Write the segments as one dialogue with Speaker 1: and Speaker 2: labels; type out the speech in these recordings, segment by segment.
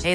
Speaker 1: Hey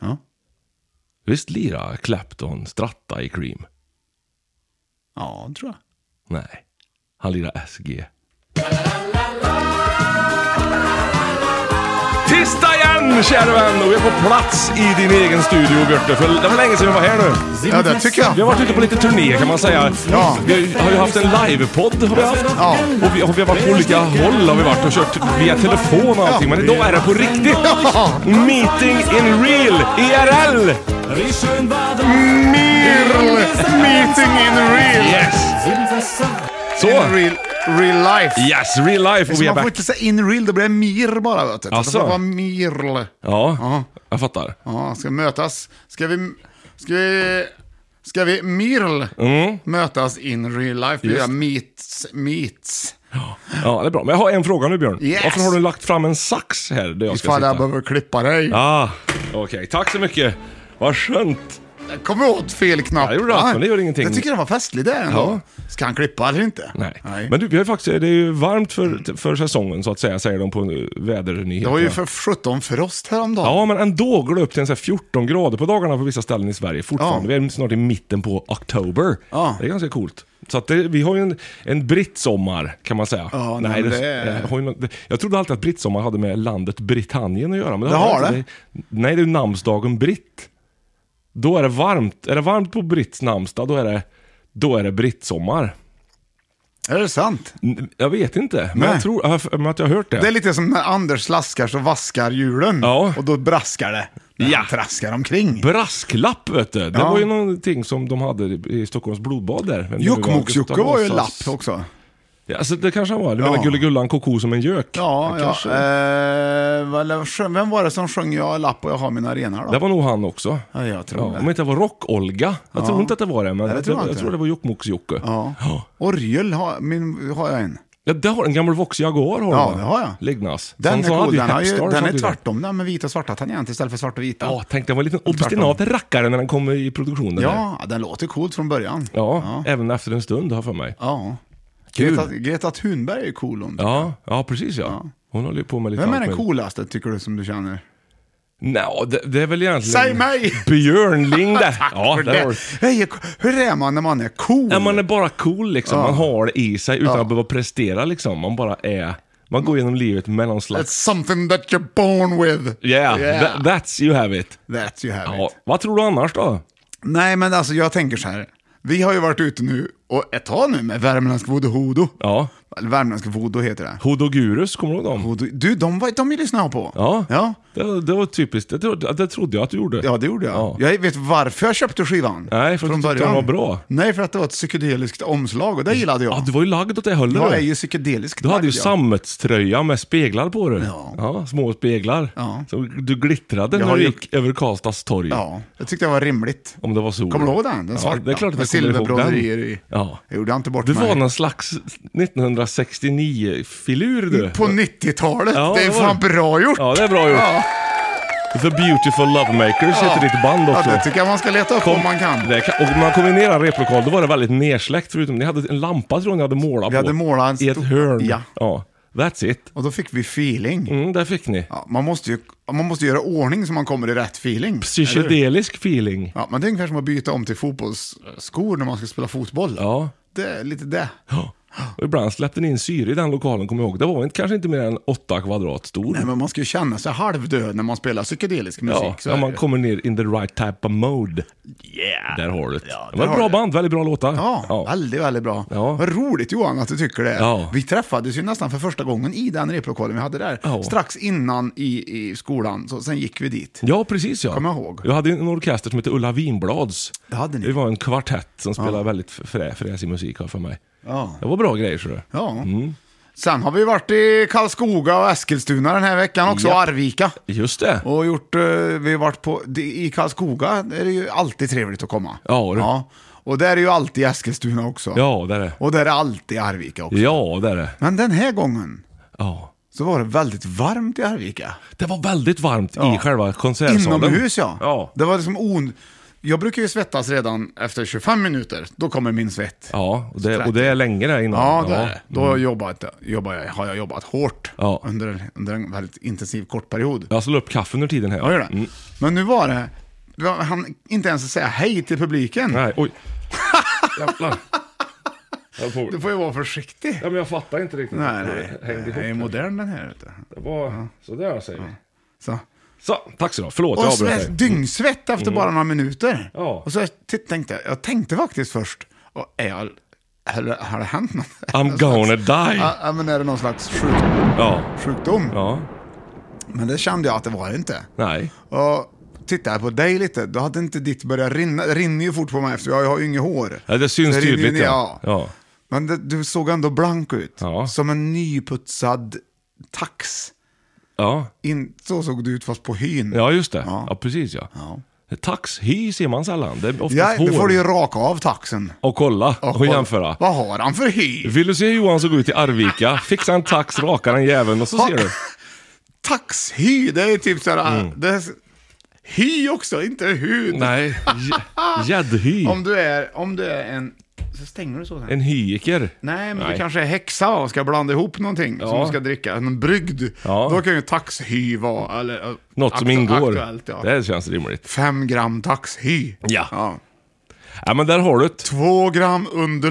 Speaker 2: Ja.
Speaker 3: visst lirade Clapton stratta i Cream?
Speaker 2: Ja, det tror jag.
Speaker 3: Nej, han lirade SG. Tisdag igen, kära vän! Och vi är på plats i din egen studio, Björte. För det var länge sedan vi var här nu.
Speaker 4: Ja, det tycker
Speaker 3: Vi har
Speaker 4: jag.
Speaker 3: varit ute på lite turné kan man säga.
Speaker 4: Ja.
Speaker 3: Vi har ju- har ju haft en livepodd har vi haft.
Speaker 4: Ja.
Speaker 3: Och vi, och vi har varit på olika håll har vi varit och kört via telefon och allting. Men idag är det på riktigt.
Speaker 4: Ja.
Speaker 3: Meeting in real, IRL!
Speaker 4: Real meeting in real.
Speaker 3: Yes! Så!
Speaker 4: In real, real life.
Speaker 3: Yes, real life och vi är
Speaker 4: man får
Speaker 3: back. Alltså.
Speaker 4: inte säga in real, då blir det mir bara. Vet du. Så
Speaker 3: Asså?
Speaker 4: Det får vara mirl.
Speaker 3: Ja, jag fattar.
Speaker 4: Ja, ska mötas. Ska vi... Ska vi... Ska vi mirl mötas in real life? Vi
Speaker 3: Mm. Just.
Speaker 4: gör meets, meets.
Speaker 3: Ja, det är bra. Men jag har en fråga nu Björn.
Speaker 4: Yes.
Speaker 3: Varför har du lagt fram en sax här där jag ska
Speaker 4: Ifall jag
Speaker 3: sitta?
Speaker 4: behöver klippa dig.
Speaker 3: Ah, okej. Tack så mycket. Vad skönt.
Speaker 4: Jag kommer åt fel knapp.
Speaker 3: Ja, det gjorde allt,
Speaker 4: Nej.
Speaker 3: men det gör ingenting.
Speaker 4: Jag tycker den var festlig där ändå. Ska han klippa eller inte?
Speaker 3: Nej. Men du, vi har ju faktiskt, det är ju varmt för, för säsongen så att säga, säger de på eh,
Speaker 4: Det
Speaker 3: vädernyheterna.
Speaker 4: var ju för 17 frost häromdagen.
Speaker 3: Ja, men ändå går det upp till en så här 14 grader på dagarna på vissa ställen i Sverige fortfarande.
Speaker 4: Ja.
Speaker 3: Vi är snart i mitten på oktober.
Speaker 4: Ja.
Speaker 3: Det är ganska coolt. Så att det, vi har ju en, en brittsommar kan man säga.
Speaker 4: Ja, nej, men det är-
Speaker 3: eh, har ju något- det- jag trodde alltid att brittsommar hade med landet Britannien att göra. Men det,
Speaker 4: Det har
Speaker 3: inte. Nej, det är ju namnsdagen Britt. Då är det varmt. Är det varmt på Britts namnsdag, då är det, då är det brittsommar.
Speaker 4: Är det sant?
Speaker 3: N- Jag vet inte, men
Speaker 4: Nej.
Speaker 3: jag tror jag har för mig att jag har hört det.
Speaker 4: Det är lite som när Anders slaskar så vaskar hjulen.
Speaker 3: Ja.
Speaker 4: Och då braskar det. När
Speaker 3: Ja.
Speaker 4: han traskar omkring.
Speaker 3: Brasklapp vet du. Det
Speaker 4: Ja.
Speaker 3: var ju någonting som de hade i- i Stockholms blodbad där. Vem
Speaker 4: Jokkmokks-Jocke
Speaker 3: det nu
Speaker 4: var ju en
Speaker 3: Vasas-
Speaker 4: lapp också.
Speaker 3: Ja, alltså, det kanske han var. Du
Speaker 4: Ja.
Speaker 3: menar Gullegullan koko som en gök?
Speaker 4: Ja,
Speaker 3: Det
Speaker 4: ja.
Speaker 3: kanske-
Speaker 4: Eh, vad lär- sjö- vem var det som sjöng Jag är lapp och jag har mina renar då?
Speaker 3: Det var nog han också.
Speaker 4: Ja, jag tror det.
Speaker 3: Om inte det var Rock-Olga. Jag tror inte att det var det, men jag,
Speaker 4: det tror
Speaker 3: tror
Speaker 4: jag
Speaker 3: jag,
Speaker 4: inte.
Speaker 3: tror det var Jokkmokks-Jocke.
Speaker 4: Ja. Orgel har, min, har jag en.
Speaker 3: Ja, det har en gammal Vox Jaguar har
Speaker 4: Ja,
Speaker 3: du, va?
Speaker 4: det har jag.
Speaker 3: Liggnas.
Speaker 4: Den
Speaker 3: Sån som
Speaker 4: är
Speaker 3: hade
Speaker 4: cool.
Speaker 3: ju
Speaker 4: Den, har ju,
Speaker 3: Hepstar
Speaker 4: den är
Speaker 3: samtidigt.
Speaker 4: tvärtom den med vita och svarta tangenter istället för svarta och vita.
Speaker 3: Ja, tänk den var en liten obstinat rackare när den kom i produktionen. där.
Speaker 4: Ja, den låter coolt från början.
Speaker 3: ja. Även efter en stund, har jag för mig.
Speaker 4: ja.
Speaker 3: Kul.
Speaker 4: Greta, Greta Thunberg är cool hon.
Speaker 3: Ja, ja precis ja. Hon håller ju på med lite
Speaker 4: Vem är
Speaker 3: allt
Speaker 4: den
Speaker 3: möjligt.
Speaker 4: coolaste tycker du som du känner?
Speaker 3: Nå, det, det är väl egentligen...
Speaker 4: Säg mig!
Speaker 3: Björn Ling det. ja,
Speaker 4: För
Speaker 3: där har
Speaker 4: det. Mm.
Speaker 3: du.
Speaker 4: Hej, hur är man när man är cool?
Speaker 3: Ja, man är bara cool liksom. Man har det i sig utan att behöva prestera liksom. Man bara är... Man går genom livet med någon
Speaker 4: That's
Speaker 3: slags...
Speaker 4: something that you're born with.
Speaker 3: Yeah,
Speaker 4: Yeah.
Speaker 3: tha- that's you have it.
Speaker 4: That you have
Speaker 3: Ja,
Speaker 4: it.
Speaker 3: vad tror du annars då?
Speaker 4: Nej, men alltså jag tänker så här. Vi har ju varit ute nu och ett tag nu med värmländsk voodoo-hodo.
Speaker 3: Ja.
Speaker 4: Eller Värmländska voodoo heter det.
Speaker 3: Hodogurus, kommer du ihåg dem?
Speaker 4: Voodoo. Du, de, var- de lyssnade jag på.
Speaker 3: Ja.
Speaker 4: Ja,
Speaker 3: Det, det var typiskt. Det, trodde- det trodde jag att du gjorde.
Speaker 4: ja det gjorde jag.
Speaker 3: Ja.
Speaker 4: Jag vet varför jag köpte skivan.
Speaker 3: Nej, för att du tyckte den var bra.
Speaker 4: Nej, för att det var ett psykedeliskt omslag och det gillade jag.
Speaker 3: Ja, du var ju lagd åt det hållet.
Speaker 4: jag
Speaker 3: du.
Speaker 4: är ju psykedelisk.
Speaker 3: Du hade ju
Speaker 4: lagd, ja.
Speaker 3: sammetströja med speglar på dig.
Speaker 4: Ja.
Speaker 3: små speglar.
Speaker 4: Ja.
Speaker 3: Så du glittrade
Speaker 4: Jag
Speaker 3: när
Speaker 4: har
Speaker 3: du
Speaker 4: ju-
Speaker 3: gick över Karlstads torg.
Speaker 4: Ja, jag tyckte det var rimligt.
Speaker 3: Om det var sol.
Speaker 4: Kommer du ihåg den? Den svarta?
Speaker 3: Ja, det är klart att
Speaker 4: Med
Speaker 3: jag kommer ihåg den.
Speaker 4: silverbroderier i.
Speaker 3: Ja.
Speaker 4: Jag gjorde inte bort
Speaker 3: Du
Speaker 4: mig.
Speaker 3: var någon slags 1969-filur du.
Speaker 4: På 90-talet.
Speaker 3: Ja,
Speaker 4: det är
Speaker 3: det var
Speaker 4: fan
Speaker 3: det.
Speaker 4: bra gjort.
Speaker 3: Ja, det är bra gjort. The Beautiful Lovemakers heter ditt band också.
Speaker 4: Ja, det tycker jag man ska leta upp om man kan.
Speaker 3: Det kan. Och man kom in i er replokal, då var det väldigt nersläckt förutom ni hade en lampa tror jag ni hade målat på.
Speaker 4: Vi hade målat en
Speaker 3: I ett
Speaker 4: stor-
Speaker 3: hörn.
Speaker 4: Ja.
Speaker 3: That's it.
Speaker 4: Och då fick vi feeling.
Speaker 3: Mm, där fick ni.
Speaker 4: Ja, man, måste ju, man måste göra ordning så man kommer i rätt feeling. eller hur?
Speaker 3: Psykedelisk feeling.
Speaker 4: Ja, men det är ungefär som att byta om till fotbollsskor när man ska spela fotboll.
Speaker 3: Ja.
Speaker 4: Det är lite det.
Speaker 3: Och ibland släppte ni in syre i den lokalen, kommer jag ihåg. Det var inte, kanske inte mer än åtta kvadrat stor.
Speaker 4: Nej, men man ska ju känna sig halvdöd när man spelar psykedelisk musik.
Speaker 3: ja,
Speaker 4: så
Speaker 3: när
Speaker 4: är
Speaker 3: man
Speaker 4: det.
Speaker 3: kommer ner in the right type of mode.
Speaker 4: Yeah.
Speaker 3: Där har du det.
Speaker 4: Ja,
Speaker 3: det
Speaker 4: där
Speaker 3: var ett
Speaker 4: har
Speaker 3: bra
Speaker 4: du det.
Speaker 3: band, väldigt bra låtar.
Speaker 4: Ja, väldigt, väldigt bra.
Speaker 3: Ja.
Speaker 4: Vad roligt Johan att du tycker det.
Speaker 3: Ja.
Speaker 4: Vi träffades ju nästan för första gången i den replokalen vi hade där.
Speaker 3: Ja.
Speaker 4: Strax innan i, i skolan, så sen gick vi dit.
Speaker 3: Ja, precis ja.
Speaker 4: Kommer jag ihåg.
Speaker 3: Jag hade ju en orkester som hette Ulla Vinblads.
Speaker 4: Det hade ni.
Speaker 3: Det var en kvartett som spelade väldigt frä, fräsig musik har jag för mig.
Speaker 4: Ja.
Speaker 3: Det var bra grejer tror jag.
Speaker 4: Ja.
Speaker 3: Mm.
Speaker 4: Sen har vi varit i Karlskoga och Eskilstuna den här veckan också, och Arvika.
Speaker 3: Just det.
Speaker 4: Och gjort, eh, vi har varit på, det- i Karlskoga är det ju alltid trevligt att komma.
Speaker 3: Ja, det-
Speaker 4: Och där är ju alltid Eskilstuna också.
Speaker 3: Ja, där är det.
Speaker 4: Och där är alltid Arvika också.
Speaker 3: Ja, där är det.
Speaker 4: Men den här gången
Speaker 3: Ja.
Speaker 4: så var det väldigt varmt i Arvika.
Speaker 3: Det var väldigt varmt i
Speaker 4: Ja.
Speaker 3: själva konsertsalen.
Speaker 4: Inomhus ja.
Speaker 3: Ja.
Speaker 4: Det var liksom on... Jag brukar ju svettas redan efter 25 minuter. Då kommer min svett.
Speaker 3: Ja, och det, och det är länge där Mm. innan.
Speaker 4: Ja, det är det. Då har jag jobbat, jobbar jag, har jag jobbat hårt
Speaker 3: Ja.
Speaker 4: under, under en väldigt intensiv kort period.
Speaker 3: Jag slår upp kaffe under tiden här. Mm.
Speaker 4: Ja, gör det. Men nu var det... Han inte ens säga hej till publiken.
Speaker 3: Nej, oj. Jävlar. Jag får...
Speaker 4: Du får ju vara försiktig.
Speaker 3: Ja, men jag fattar inte riktigt.
Speaker 4: Nej,
Speaker 3: Det
Speaker 4: nej.
Speaker 3: Hängde
Speaker 4: Jag är
Speaker 3: ihop.
Speaker 4: modern den här. Vet du.
Speaker 3: Det var... Sådär säger vi.
Speaker 4: Så.
Speaker 3: Så, tack så du ha. Förlåt, jag
Speaker 4: Och
Speaker 3: avbröt
Speaker 4: svett,
Speaker 3: dig.
Speaker 4: dyngsvett efter bara några minuter.
Speaker 3: Mm. Ja.
Speaker 4: Och så t- tänkte jag, jag tänkte faktiskt först, och är jag, har, har det hänt något?
Speaker 3: I'm gonna die.
Speaker 4: Ja, ja, men är det någon slags sjuk,
Speaker 3: Ja.
Speaker 4: sjukdom?
Speaker 3: Ja.
Speaker 4: Men det kände jag att det var det inte.
Speaker 3: Nej.
Speaker 4: Och tittade jag på dig lite, då hade inte ditt börjat rinna. Det rinner ju fort på mig eftersom jag har ju inget hår.
Speaker 3: Ja, det syns
Speaker 4: Så rinner ju
Speaker 3: tydligt,
Speaker 4: ner,
Speaker 3: ja. Ja.
Speaker 4: Men det, du såg ändå blank ut.
Speaker 3: Ja.
Speaker 4: Som en nyputsad tax.
Speaker 3: Ja.
Speaker 4: In, så såg du ut fast på hyn.
Speaker 3: Ja, just det. Ja,
Speaker 4: Ja.
Speaker 3: precis ja.
Speaker 4: Ja.
Speaker 3: Tax, hy ser man sällan. Det är oftast
Speaker 4: Ja, då
Speaker 3: hår.
Speaker 4: får du ju raka av taxen.
Speaker 3: Och kolla och,
Speaker 4: kolla,
Speaker 3: jämföra.
Speaker 4: Vad har han för hy?
Speaker 3: Vill du se hur Johan såg ut i Arvika? Fixa en tax, raka den jäveln och så
Speaker 4: Ha-
Speaker 3: ser du.
Speaker 4: Taxhy, det är typ såhär...
Speaker 3: Mm.
Speaker 4: Det är, s- hy också, inte hud.
Speaker 3: Nej, j- gäddhy.
Speaker 4: Om du är, om du är en... Så stänger du så här.
Speaker 3: En hyiker.
Speaker 4: Nej, men du kanske är häxa och ska blanda ihop någonting som
Speaker 3: Ja.
Speaker 4: du ska dricka. En brygd.
Speaker 3: Ja.
Speaker 4: Då kan ju taxhy vara... Eller, eh,
Speaker 3: Något som
Speaker 4: aktu-
Speaker 3: ingår.
Speaker 4: Aktuellt, ja.
Speaker 3: Det känns rimligt.
Speaker 4: Fem gram taxhy.
Speaker 3: Ja.
Speaker 4: ja.
Speaker 3: Ja, men där har du det.
Speaker 4: Två gram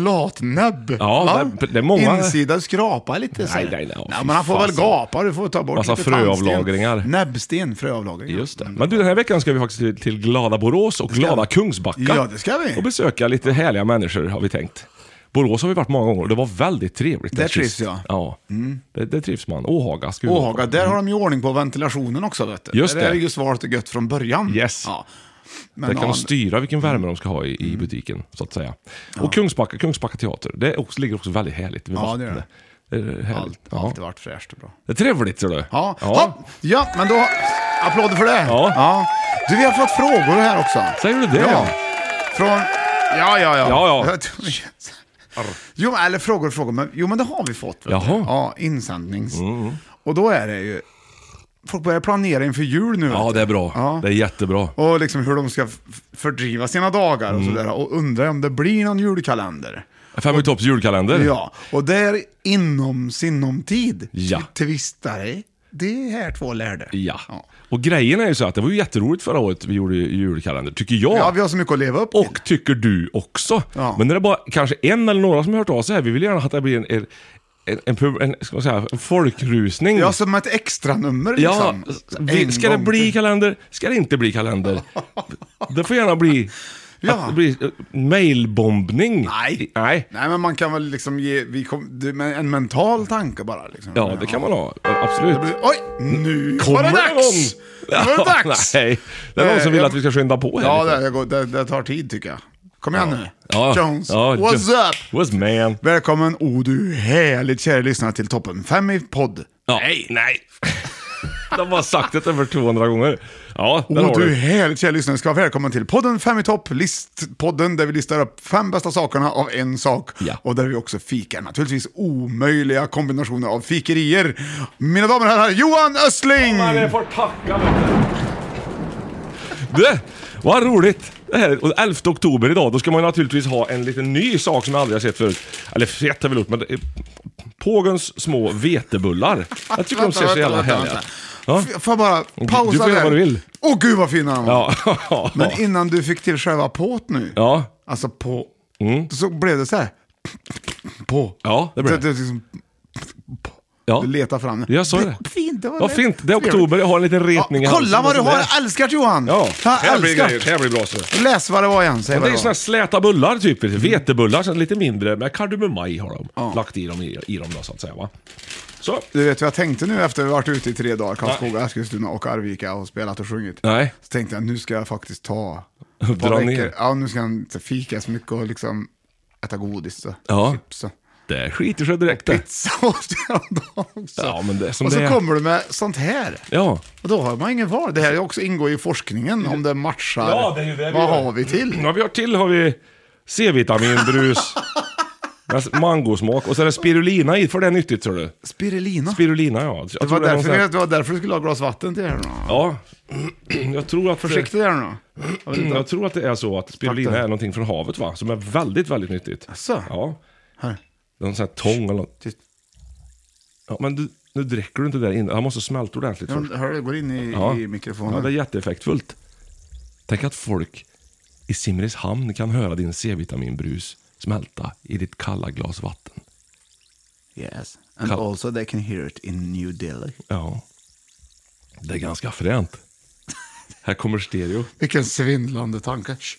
Speaker 4: undulatnäbb.
Speaker 3: Ja,
Speaker 4: Va?
Speaker 3: det- det är många-
Speaker 4: Insida skrapa lite så. här.
Speaker 3: Nej, nej, nej. Åh, fy
Speaker 4: men han får väl
Speaker 3: fasen.
Speaker 4: gapa, du får ta bort
Speaker 3: Massa
Speaker 4: lite tandsten.
Speaker 3: fröavlagringar.
Speaker 4: Näbbsten, fröavlagringar.
Speaker 3: Just det. Men du, den här veckan ska vi faktiskt till, till glada Borås och glada Kungsbacka.
Speaker 4: Ja, det ska vi.
Speaker 3: Och besöka lite härliga människor, har vi tänkt. Borås har vi varit många gånger och det var väldigt trevligt.
Speaker 4: Där trivs
Speaker 3: sist.
Speaker 4: jag. Mm.
Speaker 3: Ja, det, det trivs man. Åhaga ska vi vara
Speaker 4: Åhaga,
Speaker 3: på.
Speaker 4: där har de ju ordning på ventilationen också vet du.
Speaker 3: Just
Speaker 4: Där är
Speaker 3: det.
Speaker 4: det ju svalt och gött från början.
Speaker 3: Yes.
Speaker 4: Ja. Men
Speaker 3: Där kan
Speaker 4: ja,
Speaker 3: de styra vilken värme de ska ha i,
Speaker 4: Mm.
Speaker 3: i butiken, så att säga. Och Kungsbacka, Kungsbacka teater, det är också, ligger också väldigt härligt vid
Speaker 4: Ja, det gör
Speaker 3: vattnet. Det är härligt.
Speaker 4: allt,
Speaker 3: Ja.
Speaker 4: Alltid varit fräscht och bra.
Speaker 3: Det är trevligt, ser du.
Speaker 4: Ja,
Speaker 3: ja.
Speaker 4: ja. ja men då... Applåder för det.
Speaker 3: Ja.
Speaker 4: Du, vi har fått frågor här också.
Speaker 3: Säger du det?
Speaker 4: Ja. Från... Ja, ja, ja.
Speaker 3: Ja, ja.
Speaker 4: Jo, men- eller frågor och frågor, men, jo men det har vi fått. Vet
Speaker 3: Jaha. Mm,
Speaker 4: Du? Ja, insändnings. Och då är det ju... Folk börjar planera inför jul nu. vet
Speaker 3: Ja,
Speaker 4: du.
Speaker 3: det är bra.
Speaker 4: Ja.
Speaker 3: Det är jättebra.
Speaker 4: Och liksom hur de ska f- fördriva sina dagar
Speaker 3: Mm.
Speaker 4: och sådär. Och undrar om det blir någon julkalender.
Speaker 3: Fem i topps julkalender.
Speaker 4: Ja, och det är inom sinom tid.
Speaker 3: Ja.
Speaker 4: Tvistare. Det här två lärde.
Speaker 3: Ja. Och grejen är ju så att det var ju jätteroligt förra året vi gjorde ju julkalender, tycker jag.
Speaker 4: Ja, vi har så mycket att leva upp till.
Speaker 3: Och tycker du också.
Speaker 4: Ja.
Speaker 3: Men det är bara kanske en eller några som har hört av sig här. Vi vill gärna att det blir en, en, en, en, pub- en, ska man säga, en folkrusning.
Speaker 4: Ja, som ett extra nummer
Speaker 3: Ja,
Speaker 4: liksom.
Speaker 3: vi,
Speaker 4: En
Speaker 3: ska det
Speaker 4: gång
Speaker 3: bli
Speaker 4: till.
Speaker 3: kalender? Ska det inte bli kalender? Det får gärna bli
Speaker 4: Ja.
Speaker 3: Att det blir eh, mailbombning.
Speaker 2: Nej.
Speaker 3: Nej.
Speaker 4: Nej, men man kan väl liksom ge vi kom, det- men en mental tanke bara. Liksom.
Speaker 3: Ja, det kan man ha. Eh, Absolut.
Speaker 4: Det blir- Oj, nu var
Speaker 3: Kommer
Speaker 4: det dags!
Speaker 3: någon?
Speaker 4: Nu var det
Speaker 3: Ja,
Speaker 4: dags!
Speaker 3: Nej, det är någon
Speaker 4: Eh,
Speaker 3: som vill
Speaker 4: jag-
Speaker 3: att vi ska skynda på här
Speaker 4: Ja,
Speaker 3: lite.
Speaker 4: det, det, går, det, det tar tid tycker jag. Kom igen nu.
Speaker 3: Ja.
Speaker 4: Jones,
Speaker 3: Ja,
Speaker 4: what's
Speaker 3: Jo-
Speaker 4: up?
Speaker 3: What's man?
Speaker 4: Välkommen, oh du härligt kära lyssnare till toppen fem i podd.
Speaker 3: Ja. Nej. Nej. De har sagt det över 200 gånger. Ja, där
Speaker 4: Oh
Speaker 3: har
Speaker 4: du
Speaker 3: du.
Speaker 4: härligt kära lyssnare ska vara välkommen till podden fem i topp, listpodden där vi listar upp fem bästa sakerna av en sak.
Speaker 3: Ja.
Speaker 4: Och där vi också fikar naturligtvis omöjliga kombinationer av fikerier. Mina damer och herrar, Johan Östling!
Speaker 3: får tacka Du, vad roligt. Det här, är- och 11 oktober idag, då ska man ju naturligtvis ha en liten ny sak som jag aldrig har sett förut. Eller fett har vi gjort, men det är Pågens små vetebullar. Jag tycker de ser
Speaker 4: Vänta,
Speaker 3: så
Speaker 4: vänta,
Speaker 3: jävla
Speaker 4: vänta,
Speaker 3: härliga ut.
Speaker 4: vänta.
Speaker 3: Ja.
Speaker 4: F- Får jag bara pausa
Speaker 3: du får göra
Speaker 4: där?
Speaker 3: vad du vill.
Speaker 4: Åh gud vad fina de var.
Speaker 3: Ja.
Speaker 4: Men innan du fick till själva på't nu,
Speaker 3: Ja.
Speaker 4: alltså på, så blev det så här. På.
Speaker 3: Ja, det
Speaker 4: Så
Speaker 3: blir
Speaker 4: att
Speaker 3: det.
Speaker 4: det liksom,
Speaker 3: Ja.
Speaker 4: du letar fram
Speaker 3: Jag sa det.
Speaker 4: Fint, det var
Speaker 3: Vad
Speaker 4: det.
Speaker 3: fint. Det är oktober, jag har en liten retning
Speaker 4: Ja,
Speaker 3: här
Speaker 4: kolla
Speaker 3: som
Speaker 4: vad du
Speaker 3: är
Speaker 4: har,
Speaker 3: där.
Speaker 4: jag älskar det, Johan!
Speaker 3: Ja,
Speaker 4: jag
Speaker 3: här blir
Speaker 4: älskar.
Speaker 3: grejer. Här blir bra. Så.
Speaker 4: Läs vad det var igen, säg
Speaker 3: Men
Speaker 4: vad
Speaker 3: det är
Speaker 4: det
Speaker 3: såna här
Speaker 4: var.
Speaker 3: släta bullar typ, vetebullar, så lite mindre, men kardemumma i har de. Lagt i dem, i, i dem då så att säga va. Så.
Speaker 4: Du vet vad jag tänkte nu efter vi varit ute i tre dagar, Karlskoga, Eskilstuna och Arvika och spelat och sjungit?
Speaker 3: Nej.
Speaker 4: Så tänkte jag, nu ska jag faktiskt ta...
Speaker 3: Dra
Speaker 4: ett par veckor.
Speaker 3: ner.
Speaker 4: Ja, nu ska jag inte fika så mycket och liksom äta godis och
Speaker 3: Ja.
Speaker 4: chips och
Speaker 3: Det skiter sig direkt det.
Speaker 4: pizza och häromdagen också.
Speaker 3: Ja, men det är som
Speaker 4: och så
Speaker 3: det är.
Speaker 4: kommer du med sånt här.
Speaker 3: Ja.
Speaker 4: Och då har man ingen val. Det här är också ingår i forskningen om det matchar.
Speaker 3: Ja, det är ju det vi
Speaker 4: Vad
Speaker 3: gör. Mm.
Speaker 4: har vi till?
Speaker 3: Vad vi har till har vi C-vitaminbrus, med mangosmak och så är det spirulina i, för det är nyttigt tror du.
Speaker 4: Spirulina.
Speaker 3: Spirulina ja. Jag
Speaker 4: det, var
Speaker 3: tror är någon
Speaker 4: därför,
Speaker 3: sån här-
Speaker 4: det var därför du skulle ha glas vatten till det här nu.
Speaker 3: Ja. Jag tror att...
Speaker 4: Försiktig där nu. Jag vet
Speaker 3: Mm,
Speaker 4: inte.
Speaker 3: jag tror att det är så att spirulina
Speaker 4: Fakta.
Speaker 3: är någonting från havet va? Som är väldigt, väldigt nyttigt.
Speaker 4: Asså?
Speaker 3: Ja.
Speaker 4: Här.
Speaker 3: Det är någon sån här tång eller något.
Speaker 4: Tyst.
Speaker 3: Ja, men du, nu dricker du inte där inne. Han måste smälta ordentligt först.
Speaker 4: Ja, Hör det går in i, i mikrofonen.
Speaker 3: Ja, det är jätteeffektfullt. Tänk att folk i Simrishamn kan höra din C-vitaminbrus smälta i ditt kalla glas vatten.
Speaker 4: Yes. And
Speaker 3: Kall-
Speaker 4: also they can hear it in New Delhi.
Speaker 3: Ja. Det är ganska fränt. Här kommer stereo.
Speaker 4: Vilken svindlande tanke. Shh.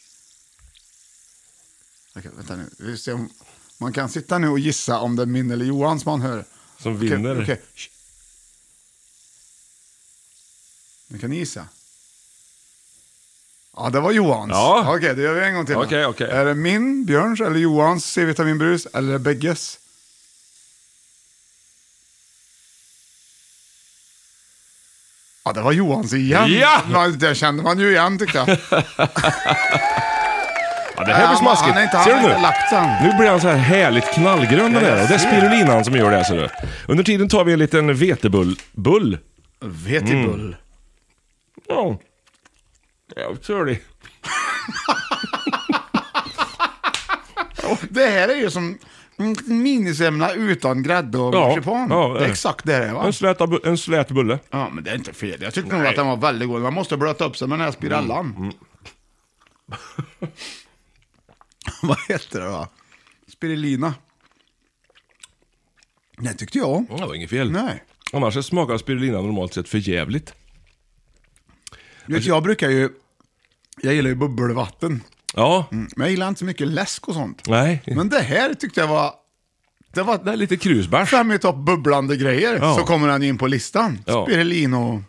Speaker 4: Okej, vänta nu. Vi ser om, man kan sitta nu och gissa om det är min eller Johans man hör.
Speaker 3: Som
Speaker 4: Okej,
Speaker 3: vinner.
Speaker 4: okej. Shh. Nu kan ni gissa. Ja, det var Johans.
Speaker 3: Ja.
Speaker 4: Okej, det gör vi en gång till. då.
Speaker 3: Okej, okej.
Speaker 4: Är det min, Björns eller Johans C-vitaminbrus eller är det bägges? Ja, det var Johans igen.
Speaker 3: Ja!
Speaker 4: Man, det kände man ju igen tyckte jag.
Speaker 3: Ja, det här blir
Speaker 4: han,
Speaker 3: smaskigt.
Speaker 4: han är inte,
Speaker 3: Ser
Speaker 4: han
Speaker 3: du
Speaker 4: har
Speaker 3: nu?
Speaker 4: inte lagt den.
Speaker 3: Nu blir han så här härligt knallgrön den
Speaker 4: Ja, jag
Speaker 3: här. Och det är
Speaker 4: ser.
Speaker 3: spirulinan som gör det ser du. Under tiden tar vi en liten vetebull. Bull.
Speaker 4: Vetebull. Mm.
Speaker 3: Ja. Ja, törlig.
Speaker 4: Det här är ju som en minisemla utan grädde och
Speaker 3: Ja,
Speaker 4: marsipan.
Speaker 3: ja, eh. det
Speaker 4: det är
Speaker 3: är det.
Speaker 4: exakt det det är va?
Speaker 3: En, släta, bu- en slät bulle.
Speaker 4: Ja, men det är inte fel. Jag tyckte nog att den var väldigt god. Man måste blöta upp sig med den här spirallan.
Speaker 3: Mm,
Speaker 4: Vad heter det va? Spirulina. Nej, tyckte jag.
Speaker 3: Ja, Det var inget fel.
Speaker 4: Nej.
Speaker 3: Annars så smakar spirulina normalt sett för jävligt.
Speaker 4: Du vet, jag brukar ju... Jag gillar ju bubbelvatten.
Speaker 3: Ja.
Speaker 4: Men jag gillar inte så mycket läsk och sånt.
Speaker 3: Nej.
Speaker 4: Men det här tyckte jag var... Det var
Speaker 3: Det är lite krusbärs.
Speaker 4: fram i topp bubblande grejer.
Speaker 3: Ja.
Speaker 4: Så kommer den in på listan.
Speaker 3: Ja.
Speaker 4: Spirulino.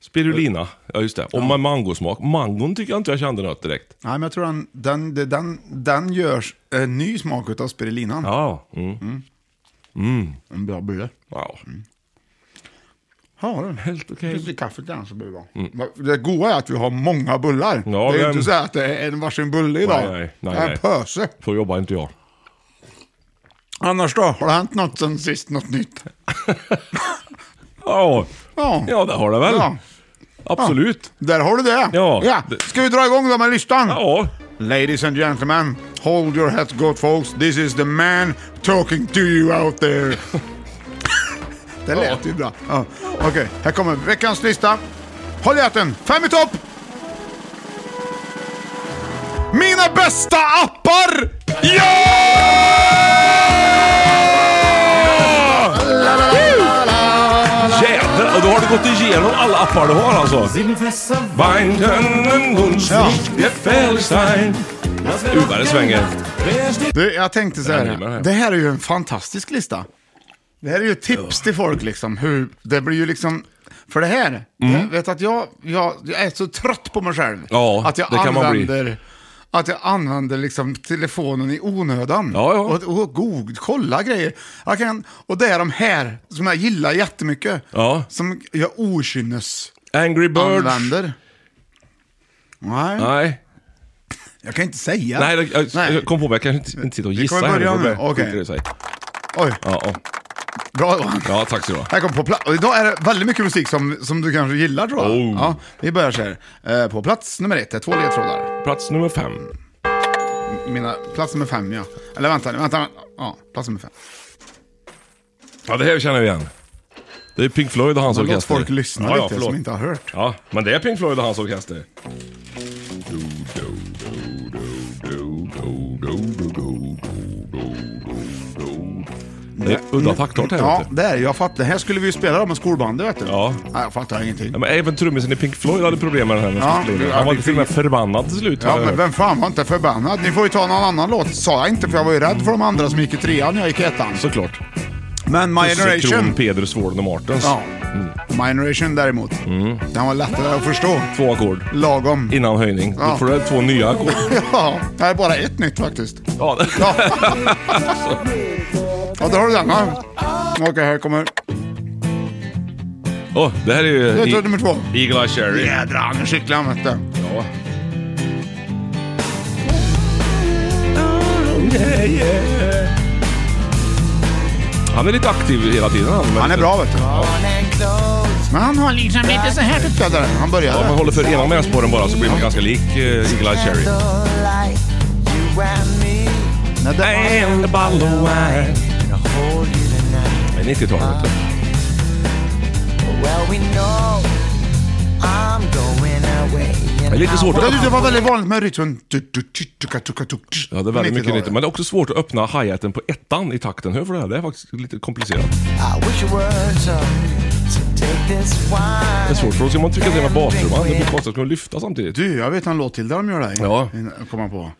Speaker 3: Spirulina. Ja, just det. Och med mangosmak. Mangon tycker jag inte jag kände något direkt.
Speaker 4: Nej, men jag tror den, den, den, den, den görs en ny smak av spirulinan.
Speaker 3: Ja. Mm.
Speaker 4: En bra bulle.
Speaker 3: Wow.
Speaker 4: Ja, du.
Speaker 3: Helt okej. Mm.
Speaker 4: Lite kaffe till den så blir det bra. Det goda är att vi har många bullar.
Speaker 3: Ja,
Speaker 4: det är ju
Speaker 3: men-
Speaker 4: inte så här att det är en varsin bulle idag.
Speaker 3: Nej, nej, nej,
Speaker 4: det är en
Speaker 3: nej.
Speaker 4: pöse.
Speaker 3: Så jobbar inte jag.
Speaker 4: Annars då? Har det hänt något sen sist? Något nytt?
Speaker 3: Ja.
Speaker 4: Ja.
Speaker 3: Ja, det har det väl.
Speaker 4: Ja.
Speaker 3: Absolut.
Speaker 4: Där har du det.
Speaker 3: Ja.
Speaker 4: Ska vi dra igång då med listan?
Speaker 3: Ja.
Speaker 4: Ladies and gentlemen, hold your heads good folks. This is the man talking to you out there. Det lät ju bra. Ja. Okej, här kommer veckans lista. Håll i hatten, fem i topp! Mina bästa appar!
Speaker 3: Ja! Jävlar, och då har du gått igenom alla appar du har alltså. Weinkönnen, Hunsvik, Fällstein. Gud vad det svänger.
Speaker 4: Du, jag tänkte så
Speaker 3: Det här rimmar
Speaker 4: här.
Speaker 3: här.
Speaker 4: Det här är ju en fantastisk lista. Det här är ju tips till folk liksom. Hur, det blir ju liksom... För det här,
Speaker 3: Mm.
Speaker 4: jag vet att jag, jag, jag är så trött på mig själv.
Speaker 3: Ja,
Speaker 4: att jag
Speaker 3: det kan man bli.
Speaker 4: använder, Att jag använder liksom telefonen i onödan.
Speaker 3: Ja, ja.
Speaker 4: Och, och god, kolla grejer. Jag kan, och det är de här som jag gillar jättemycket.
Speaker 3: Ja.
Speaker 4: Som jag okynnes
Speaker 3: Angry Birds.
Speaker 4: använder. Nej,
Speaker 3: Nej.
Speaker 4: jag kan inte säga.
Speaker 3: Nej, jag- jag,
Speaker 4: Nej.
Speaker 3: jag kom på mig. Jag kanske inte, inte sitter och
Speaker 4: Vi
Speaker 3: gissar
Speaker 4: kommer
Speaker 3: här.
Speaker 4: börja
Speaker 3: Jag
Speaker 4: nu.
Speaker 3: börjar-
Speaker 4: Okej.
Speaker 3: skiter i sig.
Speaker 4: Oj,
Speaker 3: Ja, ja.
Speaker 4: bra Johan.
Speaker 3: ja, tack så du ha.
Speaker 4: Här kommer på plats. Och idag är det väldigt mycket musik som, som du kanske gillar tror jag.
Speaker 3: Oh.
Speaker 4: Ja, vi börjar så här. Eh, på plats nummer ett, det är två ledtrådar.
Speaker 3: Plats nummer fem.
Speaker 4: Mina, plats nummer fem ja. Eller vänta, vänta, vänta. Ja, plats nummer fem.
Speaker 3: Ja, det här känner vi igen. Det är Pink Floyd och hans
Speaker 4: Så låt
Speaker 3: orkester.
Speaker 4: folk lyssna
Speaker 3: ja, ja,
Speaker 4: lite
Speaker 3: förlåt.
Speaker 4: som inte har hört.
Speaker 3: Ja, men det är Pink Floyd och hans orkester. Det är udda taktart här
Speaker 4: Mm. Ja,
Speaker 3: vet du.
Speaker 4: det är jag fattar. Här skulle vi ju spela dem med skolbandet vet du.
Speaker 3: Ja.
Speaker 4: Nej, jag fattar ingenting.
Speaker 3: Ja, men även trummisen i Pink Floyd hade problem med den här. när
Speaker 4: Ja,
Speaker 3: han skulle spela.
Speaker 4: ja,
Speaker 3: han var
Speaker 4: det-
Speaker 3: till och med förbannad till slut.
Speaker 4: Ja,
Speaker 3: har jag
Speaker 4: men
Speaker 3: hört.
Speaker 4: vem fan var inte förbannad? Ni får ju ta någon annan låt. Sa jag inte för jag var ju rädd för de andra som gick i trean när jag gick i ettan.
Speaker 3: Såklart.
Speaker 4: Men My
Speaker 3: Tusse, Kron,
Speaker 4: Generation.
Speaker 3: Peder, Svården och Martens.
Speaker 4: Ja.
Speaker 3: Mm.
Speaker 4: My Generation däremot. Den var lättare att förstå.
Speaker 3: Två ackord.
Speaker 4: Lagom.
Speaker 3: Innan höjning.
Speaker 4: Ja.
Speaker 3: Då får du två nya ackord.
Speaker 4: Ja, det är bara ett nytt faktiskt.
Speaker 3: Ja, det-
Speaker 4: Ja, ja där har du den va? Okej, här kommer
Speaker 3: Åh, det här är ju...
Speaker 4: ledtråd
Speaker 3: E-
Speaker 4: nummer två.
Speaker 3: Eagle Eye Cherry.
Speaker 4: Jädrar, nu cyklar han vet du.
Speaker 3: Ja. Han är lite aktiv hela tiden han. men-
Speaker 4: Han är bra vet du. Men han har liksom lite så här tyckte jag där. Han
Speaker 3: Ja, man
Speaker 4: började.
Speaker 3: håller för ena med spåren bara så blir man ganska lik eh, Eagle Eye Cherry.
Speaker 4: Nej, det-
Speaker 3: And a bottle of wine. Det är 90-talet. vet du. Det är lite svårt att
Speaker 4: Det det
Speaker 3: öppna.
Speaker 4: var väldigt vanligt med rytmen. Tu, tu, tu, tuka, tuka, tuk, tu.
Speaker 3: Ja, det är väldigt mycket
Speaker 4: 90-talet.
Speaker 3: nytt. Men det är också svårt att öppna hi-haten på ettan i takten. Hör för det här, det är faktiskt lite komplicerat. Det är svårt för då ska man trycka till med bastrumman. Det blir konstigt att kunna lyfta samtidigt.
Speaker 4: Du, jag vet en låt till där de gör det.
Speaker 3: Ja.
Speaker 4: Kommer på.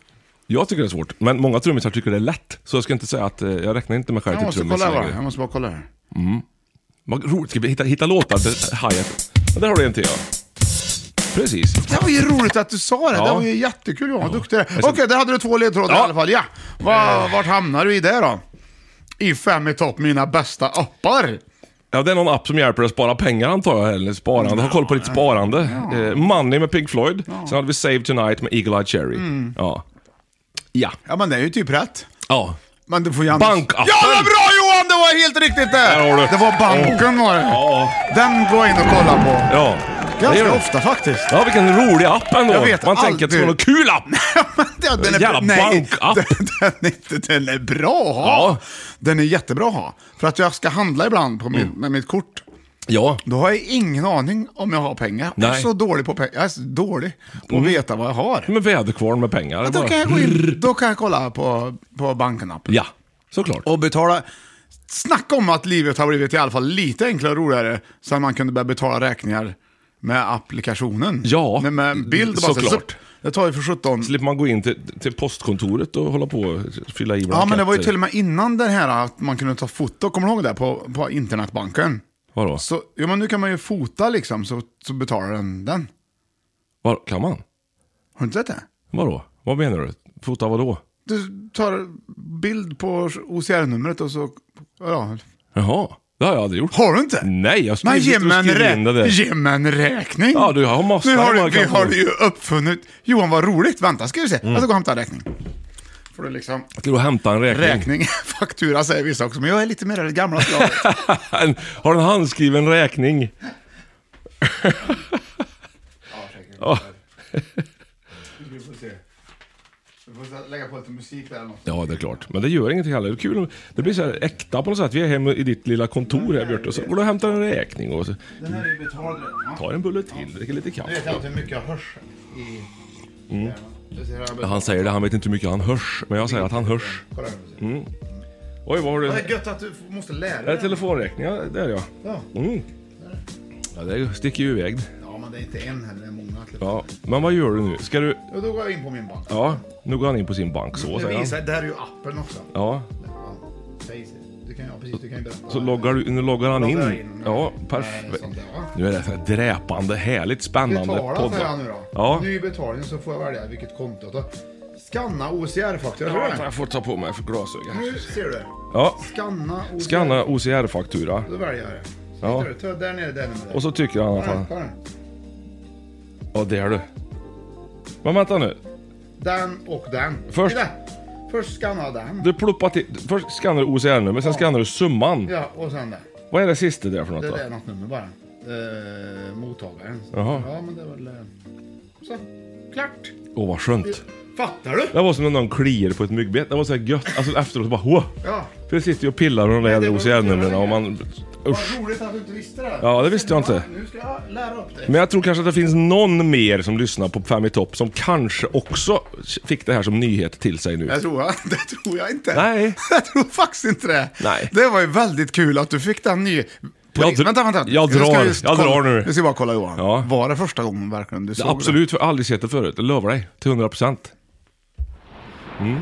Speaker 3: Jag tycker det är svårt, men många trummisar tycker det är lätt. Så jag ska inte säga att eh, jag räknar inte mig själv
Speaker 4: Jag
Speaker 3: till
Speaker 4: måste
Speaker 3: trummis
Speaker 4: kolla här bara.
Speaker 3: längre.
Speaker 4: Jag måste bara kolla här.
Speaker 3: Vad roligt, ska vi hitta, hitta låtar till hi-hat? Ja, där har du en till ja. Precis.
Speaker 4: Det var ju roligt att du sa det.
Speaker 3: Ja.
Speaker 4: Det var ju jättekul. Ja, vad duktig du är.
Speaker 3: ska-
Speaker 4: Okej, där hade du två ledtrådar
Speaker 3: Ja.
Speaker 4: i alla fall. Ja. Eh. Va, vart hamnar du i det då? I fem i topp, mina bästa appar.
Speaker 3: Ja, det är någon app som hjälper dig att spara pengar antar jag, eller sparande. Ha koll på ditt sparande. Eh, Money med Pink Floyd. Sen hade vi Save Tonight med Eagle Eye Cherry.
Speaker 4: Mm.
Speaker 3: Ja. Ja.
Speaker 4: Ja, men det är ju typ rätt.
Speaker 3: Ja.
Speaker 4: Men du får ju annars...
Speaker 3: Bankappen.
Speaker 4: Ja, vad bra Johan! Det var helt riktigt det!
Speaker 3: Där har du.
Speaker 4: Det var banken var det.
Speaker 3: Ja.
Speaker 4: Den går jag in och kollar på.
Speaker 3: Ja. Det gör
Speaker 4: Ganska
Speaker 3: det.
Speaker 4: ofta faktiskt.
Speaker 3: Ja, vilken rolig app ändå.
Speaker 4: Jag vet
Speaker 3: Man tänker att det ska vara någon
Speaker 4: aldrig.
Speaker 3: kul app.
Speaker 4: Ja, den är,
Speaker 3: Jävla
Speaker 4: nej,
Speaker 3: bankapp.
Speaker 4: Den, den, är, inte- den är bra att ha.
Speaker 3: Ja.
Speaker 4: Den är jättebra att ha. För att jag ska handla ibland på min, med mitt kort.
Speaker 3: Ja.
Speaker 4: Då har jag ingen aning om jag har pengar. Jag är
Speaker 3: Nej. Mm.
Speaker 4: så dålig på pengar. Jag är så dålig på att veta vad jag har.
Speaker 3: Med väderkvarn med pengar.
Speaker 4: Då
Speaker 3: Bara-
Speaker 4: kan jag, gå in, då kan jag kolla på, på banken-appen.
Speaker 3: Ja, såklart.
Speaker 4: Och betala. Snacka om att livet har blivit i alla fall lite enklare och roligare sen man kunde börja betala räkningar med applikationen.
Speaker 3: Ja,
Speaker 4: Nej, med bild och bara så-
Speaker 3: såklart.
Speaker 4: så- Det tar ju för 17
Speaker 3: slipper man gå in till, till postkontoret och hålla på och fylla i blanketter.
Speaker 4: Ja, men det var ju till och med innan den här att man kunde ta foto, kommer du ihåg det? På, på internetbanken.
Speaker 3: Vadå?
Speaker 4: Så, ja, men nu kan man ju fota liksom, så, så betalar den den.
Speaker 3: Var, kan man?
Speaker 4: Har du inte sett det?
Speaker 3: Vadå? Vad menar du? Fota vadå?
Speaker 4: Du tar bild på OCR-numret och så... Ja.
Speaker 3: Jaha, det har jag aldrig gjort.
Speaker 4: Har du inte?
Speaker 3: Nej, jag skulle
Speaker 4: Men ge
Speaker 3: sitta och
Speaker 4: mig en,
Speaker 3: skriva in det
Speaker 4: rä-
Speaker 3: där.
Speaker 4: ge mig en räkning.
Speaker 3: Ja, du har massor
Speaker 4: nu har
Speaker 3: man
Speaker 4: du, vi
Speaker 3: kan få. Mm.
Speaker 4: har ju uppfunnit... Johan, vad roligt. Vänta, ska vi se. Jag ska gå och hämta en räkning. Får du liksom...
Speaker 3: Ska du hämta en räkning?
Speaker 4: Räkning, faktura säger vissa också, men jag är lite mer av det gamla slaget.
Speaker 3: En- har du en handskriven räkning? ja,
Speaker 4: Vi får se. Vi får lägga på lite musik där eller något.
Speaker 3: ja, det är klart. Men det gör ingenting heller. Det är kul. om- Det blir så här äkta på något sätt. Vi är hemma i ditt lilla kontor här Björte. Och så går du och hämtar en räkning och så
Speaker 4: Den här är ju betald redan. va?
Speaker 3: tar en bulle till, dricker lite
Speaker 4: Nu vet
Speaker 3: kaffe.
Speaker 4: jag inte hur mycket jag hörs i... Du ser här, jag börjar-
Speaker 3: Mm. Han säger det, han vet inte hur mycket han hörs. Men jag säger att han hörs.
Speaker 4: Kolla här, du ser.
Speaker 3: Oj, vad har du?
Speaker 4: Det är gött att du f- måste lära
Speaker 3: Mm. Är
Speaker 4: dig.
Speaker 3: det telefonräkningar? Där ja.
Speaker 4: Ja.
Speaker 3: Mm. Ja, det sticker ju iväg.
Speaker 4: Ja, men det är inte en heller, det är många.
Speaker 3: Ja, men vad gör du nu? Ska du...
Speaker 4: Ja, då går jag in på min bank.
Speaker 3: Ja. Nu går han in på sin bank så,
Speaker 4: Nu
Speaker 3: säger han.
Speaker 4: visar, det här är ju appen också.
Speaker 3: Ja,
Speaker 4: Ja, säg det. Du kan, ja, precis, du kan ju berätta.
Speaker 3: så loggar du, nu loggar han
Speaker 4: Loggar
Speaker 3: in.
Speaker 4: in.
Speaker 3: Ja,
Speaker 4: Nej,
Speaker 3: perfekt.
Speaker 4: sånt där, va?
Speaker 3: Nu är det så här dräpande, härligt spännande
Speaker 4: Betala säger han nu
Speaker 3: poddar.
Speaker 4: då.
Speaker 3: Ja.
Speaker 4: Ny betalning så får jag välja vilket konto. Då. Skanna OCR-faktura. tror
Speaker 3: Ja,
Speaker 4: jag.
Speaker 3: jag får ta på mig för glasögon.
Speaker 4: Nu ser du.
Speaker 3: Ja,
Speaker 4: Skanna OCR.
Speaker 3: skanna OCR-faktura.
Speaker 4: Då väljer jag det. Så
Speaker 3: Ja.
Speaker 4: hittar du, Ta där nere det numret.
Speaker 3: Och så tycker han att han...
Speaker 4: Ta den.
Speaker 3: Ja, det är du. Men vänta nu.
Speaker 4: Den och den.
Speaker 3: Först-
Speaker 4: Titta. Först skanna den.
Speaker 3: Du ploppar till... Först skannar du OCR-nummer, sen skannar du summan.
Speaker 4: Ja, och sen den.
Speaker 3: Vad är det sista där för något
Speaker 4: Det
Speaker 3: då?
Speaker 4: där är något nummer bara. Eh, mottagaren.
Speaker 3: Jaha.
Speaker 4: Ja, men det är väl... eh, Så. Klart.
Speaker 3: Åh, vad skönt.
Speaker 4: Fattar du?
Speaker 3: Det var som när någon kliar på ett myggbett. Det var så här gött. Alltså efteråt bara... Wow.
Speaker 4: Ja.
Speaker 3: För jag sitter ju och pillar med de där jävla
Speaker 4: det var-
Speaker 3: OCR-numren och man... Usch.
Speaker 4: Vad roligt att du inte visste det.
Speaker 3: Ja, det visste jag inte.
Speaker 4: Nu ska jag lära upp dig.
Speaker 3: Men jag tror kanske att det finns någon mer som lyssnar på Fem i topp som kanske också fick det här som nyhet till sig nu.
Speaker 4: Jag tror jag, det tror jag inte.
Speaker 3: Nej.
Speaker 4: Jag tror faktiskt inte det.
Speaker 3: Nej.
Speaker 4: Det var ju väldigt kul att du fick den ny...
Speaker 3: Jag
Speaker 4: Polis-
Speaker 3: dr-
Speaker 4: vänta, vänta.
Speaker 3: jag
Speaker 4: Nu ska
Speaker 3: drar.
Speaker 4: just
Speaker 3: Jag
Speaker 4: kolla-
Speaker 3: drar nu.
Speaker 4: Nu ska jag bara kolla Johan.
Speaker 3: Ja.
Speaker 4: Var det första gången verkligen du såg
Speaker 3: Absolut, för jag har aldrig sett det förut. Jag lovar dig. Till 100 procent. Mm.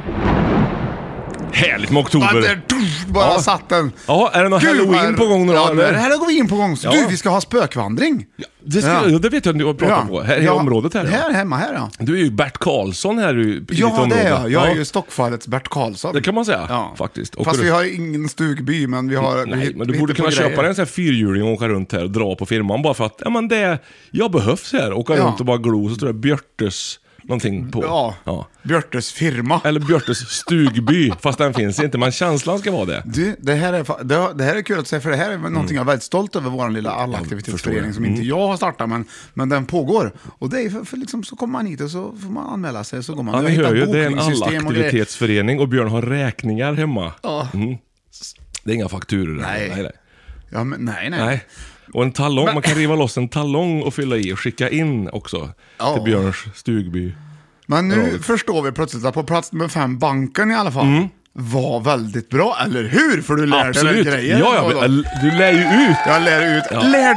Speaker 3: Härligt med
Speaker 4: det? Bara,
Speaker 3: oktober.
Speaker 4: där, tuff, bara
Speaker 3: Ja.
Speaker 4: satt den.
Speaker 3: Ja, är det någon
Speaker 4: Gud, vad-
Speaker 3: halloween på gång nu då?
Speaker 4: Ja, nu är det
Speaker 3: eller?
Speaker 4: halloween på gång. Så
Speaker 3: Ja.
Speaker 4: Du, vi ska ha spökvandring.
Speaker 3: Det, ska,
Speaker 4: Ja.
Speaker 3: ja. det vet jag att du har pratat på. Här i
Speaker 4: Ja.
Speaker 3: området här. ja.
Speaker 4: Här hemma, här ja.
Speaker 3: Du är ju Bert Karlsson här i, i ditt
Speaker 4: Ja, det
Speaker 3: område.
Speaker 4: är jag. Jag är ju Stockfallets Bert Karlsson.
Speaker 3: Det kan man säga, faktiskt. Och
Speaker 4: Fast
Speaker 3: du-
Speaker 4: vi har ingen stugby, men vi har... vi
Speaker 3: Nej,
Speaker 4: hit-
Speaker 3: men du
Speaker 4: vi
Speaker 3: borde
Speaker 4: hittar
Speaker 3: kunna
Speaker 4: på grejer.
Speaker 3: köpa dig en sån här fyrhjuling och åka runt här och dra på firman bara för att, ja men det, är- jag behövs här. Åka
Speaker 4: Ja.
Speaker 3: runt och bara glo, så står det Björtes någonting på.
Speaker 4: Ja, Björtes firma.
Speaker 3: Eller Björtes stugby, fast den finns inte, men känslan ska vara det.
Speaker 4: Du, det här, är, fa- det, har- det här är kul att säga, för det här är
Speaker 3: Mm.
Speaker 4: någonting jag är väldigt stolt över, vår lilla allaktivitetsförening, som inte jag har startat, men, men den pågår. Och det är för, för liksom, så kommer man hit och så får man anmäla sig, så går man.
Speaker 3: Ja, ni
Speaker 4: Jag har
Speaker 3: hör ju,
Speaker 4: hittat
Speaker 3: det är en
Speaker 4: bokningssystem och grejer.
Speaker 3: allaktivitetsförening och Björn har räkningar hemma.
Speaker 4: Ja.
Speaker 3: Mm. Det är inga fakturor. där.
Speaker 4: Nej.
Speaker 3: nej. nej.
Speaker 4: Ja, men, nej, nej.
Speaker 3: Nej. Och en tallong, man kan riva loss en tallong och fylla i och skicka in också.
Speaker 4: Ja.
Speaker 3: Till Björns stugby.
Speaker 4: Men nu
Speaker 3: Ja.
Speaker 4: förstår vi plötsligt att på plats nummer fem, banken i alla fall, var väldigt bra, eller hur? För du lärde
Speaker 3: Mm. Absolut.
Speaker 4: dig
Speaker 3: Ja,
Speaker 4: grejer.
Speaker 3: ja,
Speaker 4: ändå.
Speaker 3: men, äh, du lär ju ut.
Speaker 4: Jag lär ut lärd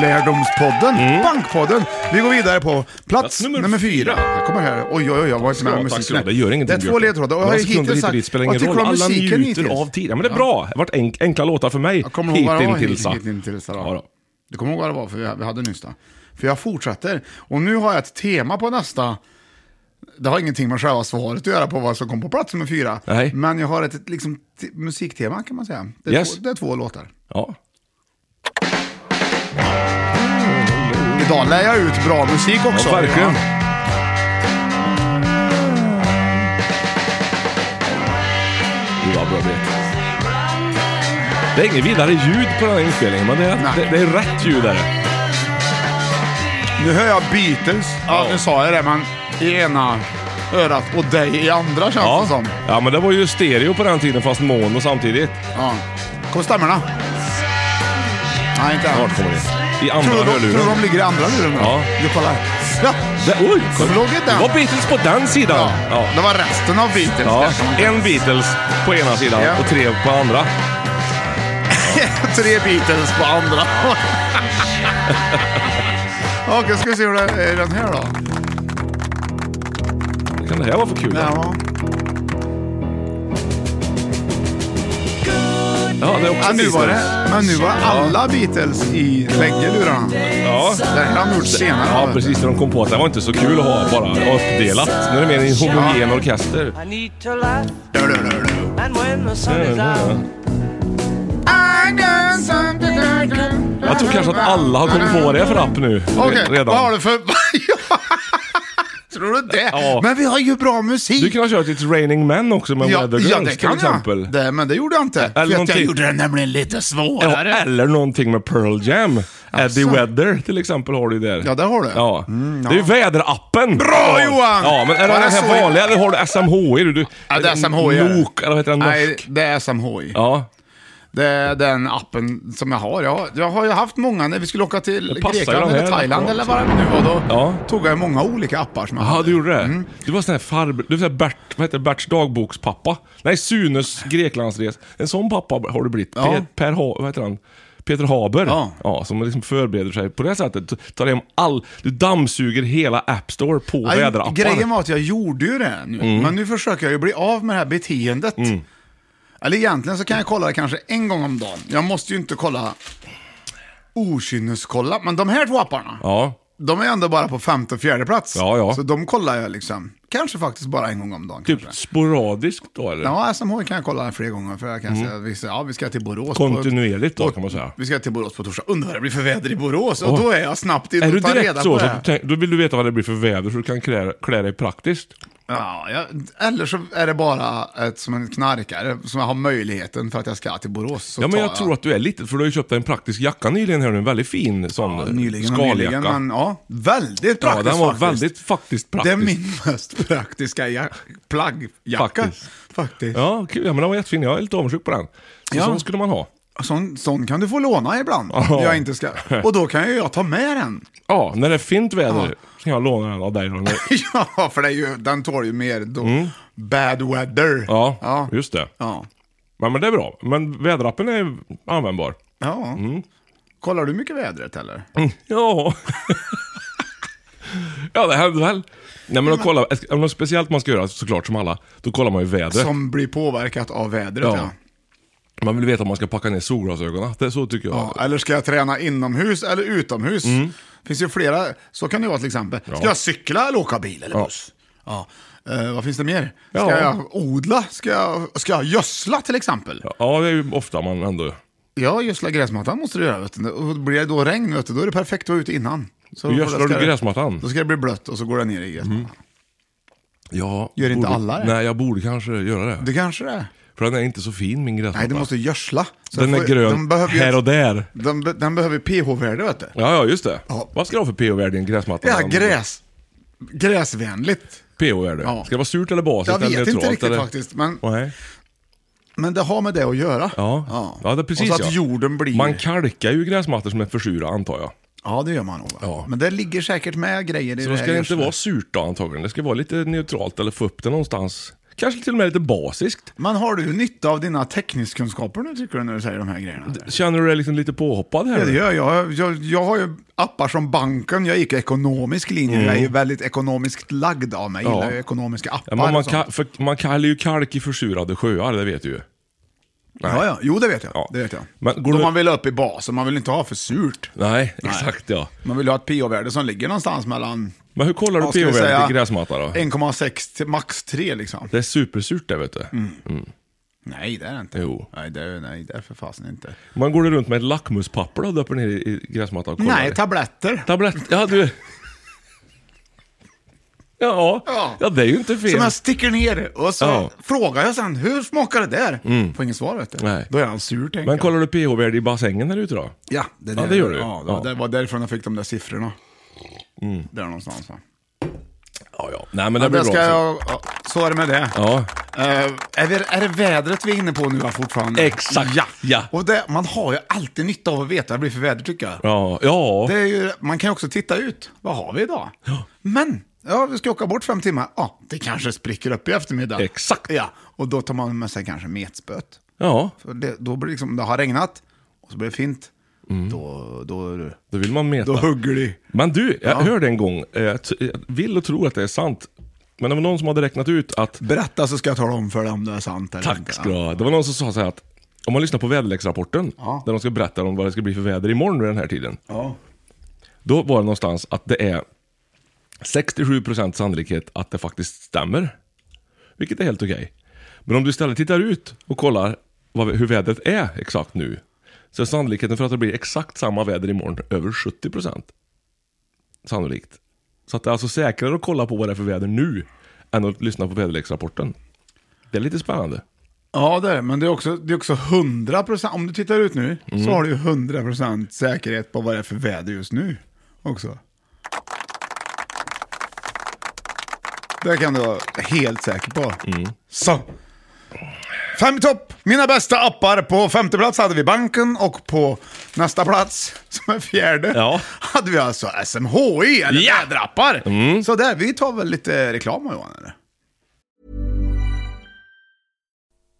Speaker 4: banklärdomspodden. Bankpodden. Vi går vidare på plats
Speaker 3: Mm. Plats
Speaker 4: nummer,
Speaker 3: nummer
Speaker 4: fyra.
Speaker 3: fyra.
Speaker 4: Jag kommer här. Oj, oj, oj. Jag var inte med
Speaker 3: Ja,
Speaker 4: med
Speaker 3: tack
Speaker 4: musiken.
Speaker 3: ska du ha. Det gör
Speaker 4: det
Speaker 3: ingenting
Speaker 4: är två
Speaker 3: Björn.
Speaker 4: ledtrådar. Och Jag har
Speaker 3: Några
Speaker 4: ju
Speaker 3: sekunder
Speaker 4: hittills
Speaker 3: hit och dit
Speaker 4: sagt
Speaker 3: spelar
Speaker 4: vad
Speaker 3: ingen
Speaker 4: tycker
Speaker 3: roll.
Speaker 4: du om
Speaker 3: Alla
Speaker 4: musiken
Speaker 3: njuter av
Speaker 4: hittills?
Speaker 3: tiden. Men det är bra. Det har varit enk enkla låtar för mig.
Speaker 4: Jag kommer ihåg vad det var
Speaker 3: Hitintills.
Speaker 4: hitintills.
Speaker 3: Ja, då.
Speaker 4: Du kommer ihåg vad det var, för vi- vi hade nyss då. För jag fortsätter. Och nu har jag ett tema på nästa. Det har ingenting med själva svaret att göra på vad som kom på plats nummer fyra.
Speaker 3: Nej.
Speaker 4: Men jag har ett, ett liksom, t- musiktema kan man säga. Det är,
Speaker 3: Yes.
Speaker 4: två, det är två låtar.
Speaker 3: Ja.
Speaker 4: Idag lär jag ut bra musik också.
Speaker 3: Ja, verkligen. Gud, vad bra bit. Det är inget vidare ljud på den här inspelningen, men det är,
Speaker 4: Nej.
Speaker 3: det, det är rätt ljud. Där.
Speaker 4: Nu hör jag Beatles. Ja,
Speaker 3: Ja.
Speaker 4: nu sa jag det, men i ena örat och dig i andra känns det
Speaker 3: Ja.
Speaker 4: som.
Speaker 3: ja, men det var ju stereo på den tiden, fast mono samtidigt.
Speaker 4: Ja. Kom stämmorna? Nej, inte än.
Speaker 3: Snart kommer det. I andra
Speaker 4: Tror du, de, tror du
Speaker 3: hörluren.
Speaker 4: de ligger i andra luren? då?
Speaker 3: Ja.
Speaker 4: Du kollar. Ja.
Speaker 3: Det- Oj!
Speaker 4: Kommer du ihåg det?
Speaker 3: Det var Beatles på den sidan.
Speaker 4: Ja.
Speaker 3: Ja.
Speaker 4: Det var resten av Beatles.
Speaker 3: Ja,
Speaker 4: där som-
Speaker 3: en Beatles på ena sidan
Speaker 4: Ja.
Speaker 3: och tre på andra.
Speaker 4: Tre Beatles på andra. Okej, ska vi se hur det är i den här då.
Speaker 3: Vad kan det här vara för kul? Ja,
Speaker 4: Ja.
Speaker 3: det är också
Speaker 4: Ja, nu var
Speaker 3: Beatles.
Speaker 4: det. Men nu var alla Beatles i bägge lurarna.
Speaker 3: Ja.
Speaker 4: Det här har de gjort senare.
Speaker 3: Ja,
Speaker 4: vet du.
Speaker 3: precis. När de kom på att det var inte så kul att ha bara uppdelat. Nu är det mer en homogen orkester.
Speaker 5: I need to laugh,
Speaker 4: Du, du, du, du.
Speaker 5: and when the sun is out,
Speaker 3: Jag tror kanske att alla har kommit på det för app nu.
Speaker 4: Okej,
Speaker 3: re-
Speaker 4: vad har
Speaker 3: Redan.
Speaker 4: du för... Tror du det?
Speaker 3: Ja.
Speaker 4: Men vi har ju bra musik.
Speaker 3: Du kan ha kört It's Raining Men också med
Speaker 4: ja,
Speaker 3: Weather
Speaker 4: ja,
Speaker 3: Girls
Speaker 4: det
Speaker 3: till
Speaker 4: kan
Speaker 3: exempel.
Speaker 4: jag. Det, men det gjorde jag inte. För att jag
Speaker 3: någonting-
Speaker 4: gjorde den nämligen lite
Speaker 3: Ja,
Speaker 4: svårare.
Speaker 3: eller någonting med Pearl Jam. Eddie
Speaker 4: Alltså.
Speaker 3: Weather till exempel har du ju där.
Speaker 4: Ja, där har du. Mm,
Speaker 3: Ja. Det är ju väderappen.
Speaker 4: Bra, Johan!
Speaker 3: Ja, men är det
Speaker 4: Var det
Speaker 3: den
Speaker 4: så-
Speaker 3: här vanliga eller har du SMHI? Du, du,
Speaker 4: Ja, det är SMHI. är det.
Speaker 3: Nok, eller vad heter den?
Speaker 4: Nej,
Speaker 3: Norsk.
Speaker 4: det är SMHI.
Speaker 3: Ja.
Speaker 4: Det är den appen som jag har. Jag, har- jag har ju haft många när vi skulle åka till
Speaker 3: Det passar ju
Speaker 4: Grekland
Speaker 3: de här
Speaker 4: eller Thailand
Speaker 3: lapparna
Speaker 4: eller vad det nu var. Då
Speaker 3: Ja.
Speaker 4: tog jag många olika appar som jag
Speaker 3: Ja,
Speaker 4: hade.
Speaker 3: du gjorde det?
Speaker 4: Mm.
Speaker 3: Du var sån här farbror, du var sån här Bert, vad heter det? Berts dagbokspappa? Nej, Sunes Greklandsres. En sån pappa har du blivit.
Speaker 4: Ja.
Speaker 3: Per, per, Ha- vad heter han? Peter Haber.
Speaker 2: Ja.
Speaker 3: Ja, som liksom förbereder sig på det sättet. Du Tar hem all, du dammsuger hela App Store på
Speaker 4: Aj,
Speaker 3: väderappar. Mm.
Speaker 4: Grejen var att jag gjorde ju det nu, men nu försöker jag ju bli av med det här beteendet. Eller egentligen så kan jag kolla det kanske en gång om dagen. Jag måste ju inte kolla okynneskolla, men de här två apparna,
Speaker 3: Ja,
Speaker 4: de är ändå bara på femte och fjärde plats.
Speaker 3: Ja, ja.
Speaker 4: Så de kollar jag liksom, kanske faktiskt bara en gång om dagen.
Speaker 3: typ
Speaker 4: kanske.
Speaker 3: sporadiskt då eller?
Speaker 4: Ja, SMH kan jag kolla fler gånger för jag kan säga att vissa, ja, vi ska till Borås.
Speaker 3: Mm. Kontinuerligt
Speaker 4: på,
Speaker 3: då kan man säga.
Speaker 4: Vi ska till Borås på torsdag. Undrar vad det blir för väder i Borås? Och
Speaker 3: Åh.
Speaker 4: då är jag snabbt in
Speaker 3: Är du
Speaker 4: och tar
Speaker 3: direkt
Speaker 4: reda
Speaker 3: så?
Speaker 4: på
Speaker 3: så
Speaker 4: det.
Speaker 3: att du tänk- då vill du veta vad det blir för väder så du kan klä, klä dig praktiskt.
Speaker 4: Ja, jag, eller så är det bara ett, som en knarkare som har möjligheten för att jag ska till Borås. Så
Speaker 3: ja, men
Speaker 4: tar
Speaker 3: jag tror att du är lite, för du har ju köpt dig en praktisk jacka nyligen här nu. En väldigt fin sån ja,
Speaker 4: nyligen och
Speaker 3: skaljacka.
Speaker 4: nyligen, men ja, väldigt
Speaker 3: ja,
Speaker 4: praktiskt
Speaker 3: den var
Speaker 4: faktiskt.
Speaker 3: väldigt faktiskt
Speaker 4: Det är
Speaker 3: praktisk.
Speaker 4: min mest praktiska ja, plaggjacka.
Speaker 3: Faktiskt.
Speaker 4: Faktiskt.
Speaker 3: Ja, kul. Ja, men den var jättefin. Jag är lite avundsjuk på den. Så,
Speaker 4: Ja.
Speaker 3: Sån skulle man ha.
Speaker 4: Sån, sån kan du få låna ibland. Jag inte ska, och då kan ju jag ta med den.
Speaker 3: Ja, när det är fint väder
Speaker 4: Ja.
Speaker 3: kan jag låna den av dig. då.
Speaker 4: ja, för det är ju, den tål ju mer då. bad weather.
Speaker 3: Mm. Ja,
Speaker 4: ja.
Speaker 3: just det.
Speaker 4: Ja.
Speaker 3: Men, men det är bra. Men väderappen är användbar.
Speaker 4: ja.
Speaker 3: Mm.
Speaker 4: Kollar du mycket vädret eller?
Speaker 3: Ja. ja, det händer väl. Nej, men att kolla, om något speciellt man ska göra, såklart som alla, då kollar man ju vädret.
Speaker 4: Som blir påverkat av vädret
Speaker 3: Ja.
Speaker 4: ja.
Speaker 3: Man vill veta om man ska packa ner solglasögonen. Det är så tycker jag.
Speaker 4: Ja, eller ska jag träna inomhus eller utomhus?
Speaker 3: Mm.
Speaker 4: finns ju flera, så kan det vara till exempel. Ska jag cykla eller åka bil eller buss? Ja. Eh, vad finns det mer? Ska
Speaker 3: Ja.
Speaker 4: jag odla? Ska jag, ska jag gödsla till exempel? Ja,
Speaker 3: Ja, det är ju ofta man ändå...
Speaker 4: gödsla gräsmattan måste du göra. Vet du. Och blir det då regn, vet du, då är det perfekt att vara ute innan. Så
Speaker 3: Hur gödslar
Speaker 4: då ska
Speaker 3: du
Speaker 4: det-
Speaker 3: gräsmattan? Mm.
Speaker 4: Då ska det bli blött och så går det ner i gräsmattan.
Speaker 3: Ja,
Speaker 4: Gör inte
Speaker 3: borde,
Speaker 4: alla det?
Speaker 3: Nej, jag borde kanske göra det.
Speaker 4: Det kanske det är.
Speaker 3: För den är inte så fin, min gräsmatta.
Speaker 4: Nej, du måste gödsla. Så
Speaker 3: Den
Speaker 4: får-
Speaker 3: är grön
Speaker 4: den behöver ju-
Speaker 3: här och där.
Speaker 4: Den, be- den behöver pH-värde, vet du.
Speaker 3: Ja, ja, just det.
Speaker 4: Ja.
Speaker 3: Vad ska du ha för pH-värde i en gräsmatta?
Speaker 4: Ja, gräs. Gräsvänligt.
Speaker 3: pH-värde.
Speaker 4: Ja.
Speaker 3: Ska det vara surt eller basiskt?
Speaker 4: Jag vet
Speaker 3: eller
Speaker 4: inte
Speaker 3: neutralt,
Speaker 4: riktigt
Speaker 3: eller?
Speaker 4: faktiskt, men-
Speaker 3: Nej.
Speaker 4: Men det har med det att göra.
Speaker 3: Ja. Ja. det är precis
Speaker 4: Och så att
Speaker 3: ja.
Speaker 4: jorden blir...
Speaker 3: Man kalkar ju gräsmattor som är för sura, antar jag.
Speaker 4: Ja, det gör man nog. va?
Speaker 3: Ja.
Speaker 4: Men det ligger säkert med grejer
Speaker 3: Så
Speaker 4: i det
Speaker 3: då
Speaker 4: här
Speaker 3: ska det inte
Speaker 4: gödseln.
Speaker 3: vara surt då, antagligen. Det ska vara lite neutralt eller få upp det någonstans. Kanske till och med lite basiskt.
Speaker 4: Men har du nytta av dina tekniskkunskaper nu tycker du när du säger de här grejerna?
Speaker 3: Känner du dig liksom lite påhoppad här?
Speaker 4: Ja, det
Speaker 3: nu?
Speaker 4: gör jag. jag. Jag har ju appar som banken, jag gick ekonomisk linje, jag är ju väldigt ekonomiskt lagd av mig, gillar ju ekonomiska appar.
Speaker 3: Mm. Ja, men man,
Speaker 4: och sånt.
Speaker 3: ka- för, man kallar ju kalk i försurade sjöar, det vet du ju. Nej.
Speaker 4: ja, ja. Jo, det vet jag.
Speaker 3: Ja.
Speaker 4: Det vet jag.
Speaker 3: Men går
Speaker 4: Då
Speaker 3: du-
Speaker 4: man vill upp i basen, man vill inte ha för surt.
Speaker 3: Nej, exakt ja.
Speaker 4: Man vill ha ett pH-värde som ligger någonstans mellan...
Speaker 3: Men hur kollar du
Speaker 4: ja, ska vi
Speaker 3: pH-värdet
Speaker 4: säga
Speaker 3: i gräsmatta då?
Speaker 4: 1,6 till max 3 liksom.
Speaker 3: Det är supersurt det vet du.
Speaker 4: Mm. Nej, det är det inte.
Speaker 3: Jo.
Speaker 4: Nej, det är, nej, det är för fasen inte.
Speaker 3: Man går runt med ett lackmuspapper och döper ner i i gräsmattan och kollar.
Speaker 4: Nej, tabletter.
Speaker 3: Tablett, ja du. Ja, ja.
Speaker 4: Ja.
Speaker 3: det är ju inte fel.
Speaker 4: Som jag sticker ner och så
Speaker 3: Ja. Mm.
Speaker 4: frågar jag sen, hur smakar det där? Får inget svar vet du.
Speaker 3: Nej.
Speaker 4: Då är han sur tänker
Speaker 3: Men
Speaker 4: jag.
Speaker 3: kollar du pH-värde i bassängen här ute då?
Speaker 4: Ja, det,
Speaker 3: Ja, det gör du.
Speaker 4: Ja,
Speaker 3: Ja.
Speaker 4: Det var därifrån jag fick de där siffrorna. Där någonstans va.
Speaker 3: Ja, ja. Nej men det
Speaker 4: Ja,
Speaker 3: blir
Speaker 4: det
Speaker 3: bra.
Speaker 4: ska jag, ja, så är det med det.
Speaker 3: Ja.
Speaker 4: Eh, är, vi, är det vädret vi är inne på nu va, fortfarande?
Speaker 3: Exakt,
Speaker 4: Ja.
Speaker 3: ja.
Speaker 4: Och det, man har ju alltid nytta av att veta vad det blir för väder tycker jag.
Speaker 3: Ja, ja.
Speaker 4: Det är ju, man kan ju också titta ut. Vad har vi idag? Men, ja, vi ska åka bort fem timmar. Ja, det kanske spricker upp i eftermiddag.
Speaker 3: Exakt.
Speaker 4: Ja, och då tar man med sig kanske metspöt.
Speaker 3: Ja,
Speaker 4: För det, då blir det liksom, det har regnat och så blir det fint.
Speaker 3: Mm.
Speaker 4: Då, då,
Speaker 3: då vill man meta.
Speaker 4: då hugger det.
Speaker 3: Men du, jag hörde en gång, eh, jag t- jag vill och tror att det är sant, men det var någon som hade räknat ut att
Speaker 4: Berätta så ska jag tala om för dig om det är sant eller
Speaker 3: Tack
Speaker 4: inte.
Speaker 3: ska du ha. Det var någon som sa så här att om man lyssnar på väderleksrapporten, där de ska berätta om vad det ska bli för väder imorgon vid den här tiden.
Speaker 4: Ja.
Speaker 3: Då var det någonstans att det är 67% sannolikhet att det faktiskt stämmer. Vilket är helt okej. Men om du istället tittar ut och kollar vad, hur vädret är exakt nu. Så är sannolikheten för att det blir exakt samma väder imorgon över 70%. Sannolikt. Så att det är alltså säkrare att kolla på vad det är för väder nu än att lyssna på väderleksrapporten. Det är lite spännande.
Speaker 4: Ja, det är det. Men det är också, det är också 100 procent. Om du tittar ut nu
Speaker 3: Mm.
Speaker 4: så har du ju 100 procent säkerhet på vad det är för väder just nu också. Det kan du vara helt säker på.
Speaker 3: Mm.
Speaker 4: Så. Fem i topp! Mina bästa appar. På femte plats hade vi banken och på nästa plats, som är fjärde,
Speaker 3: Ja.
Speaker 4: hade vi alltså SMHI, eller
Speaker 3: Ja. Mm.
Speaker 4: väderappar. Så där, vi tar väl lite reklam Johan, eller?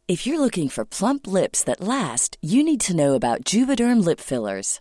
Speaker 6: If you're looking for plump lips that last, you need to know about Juvederm lip fillers.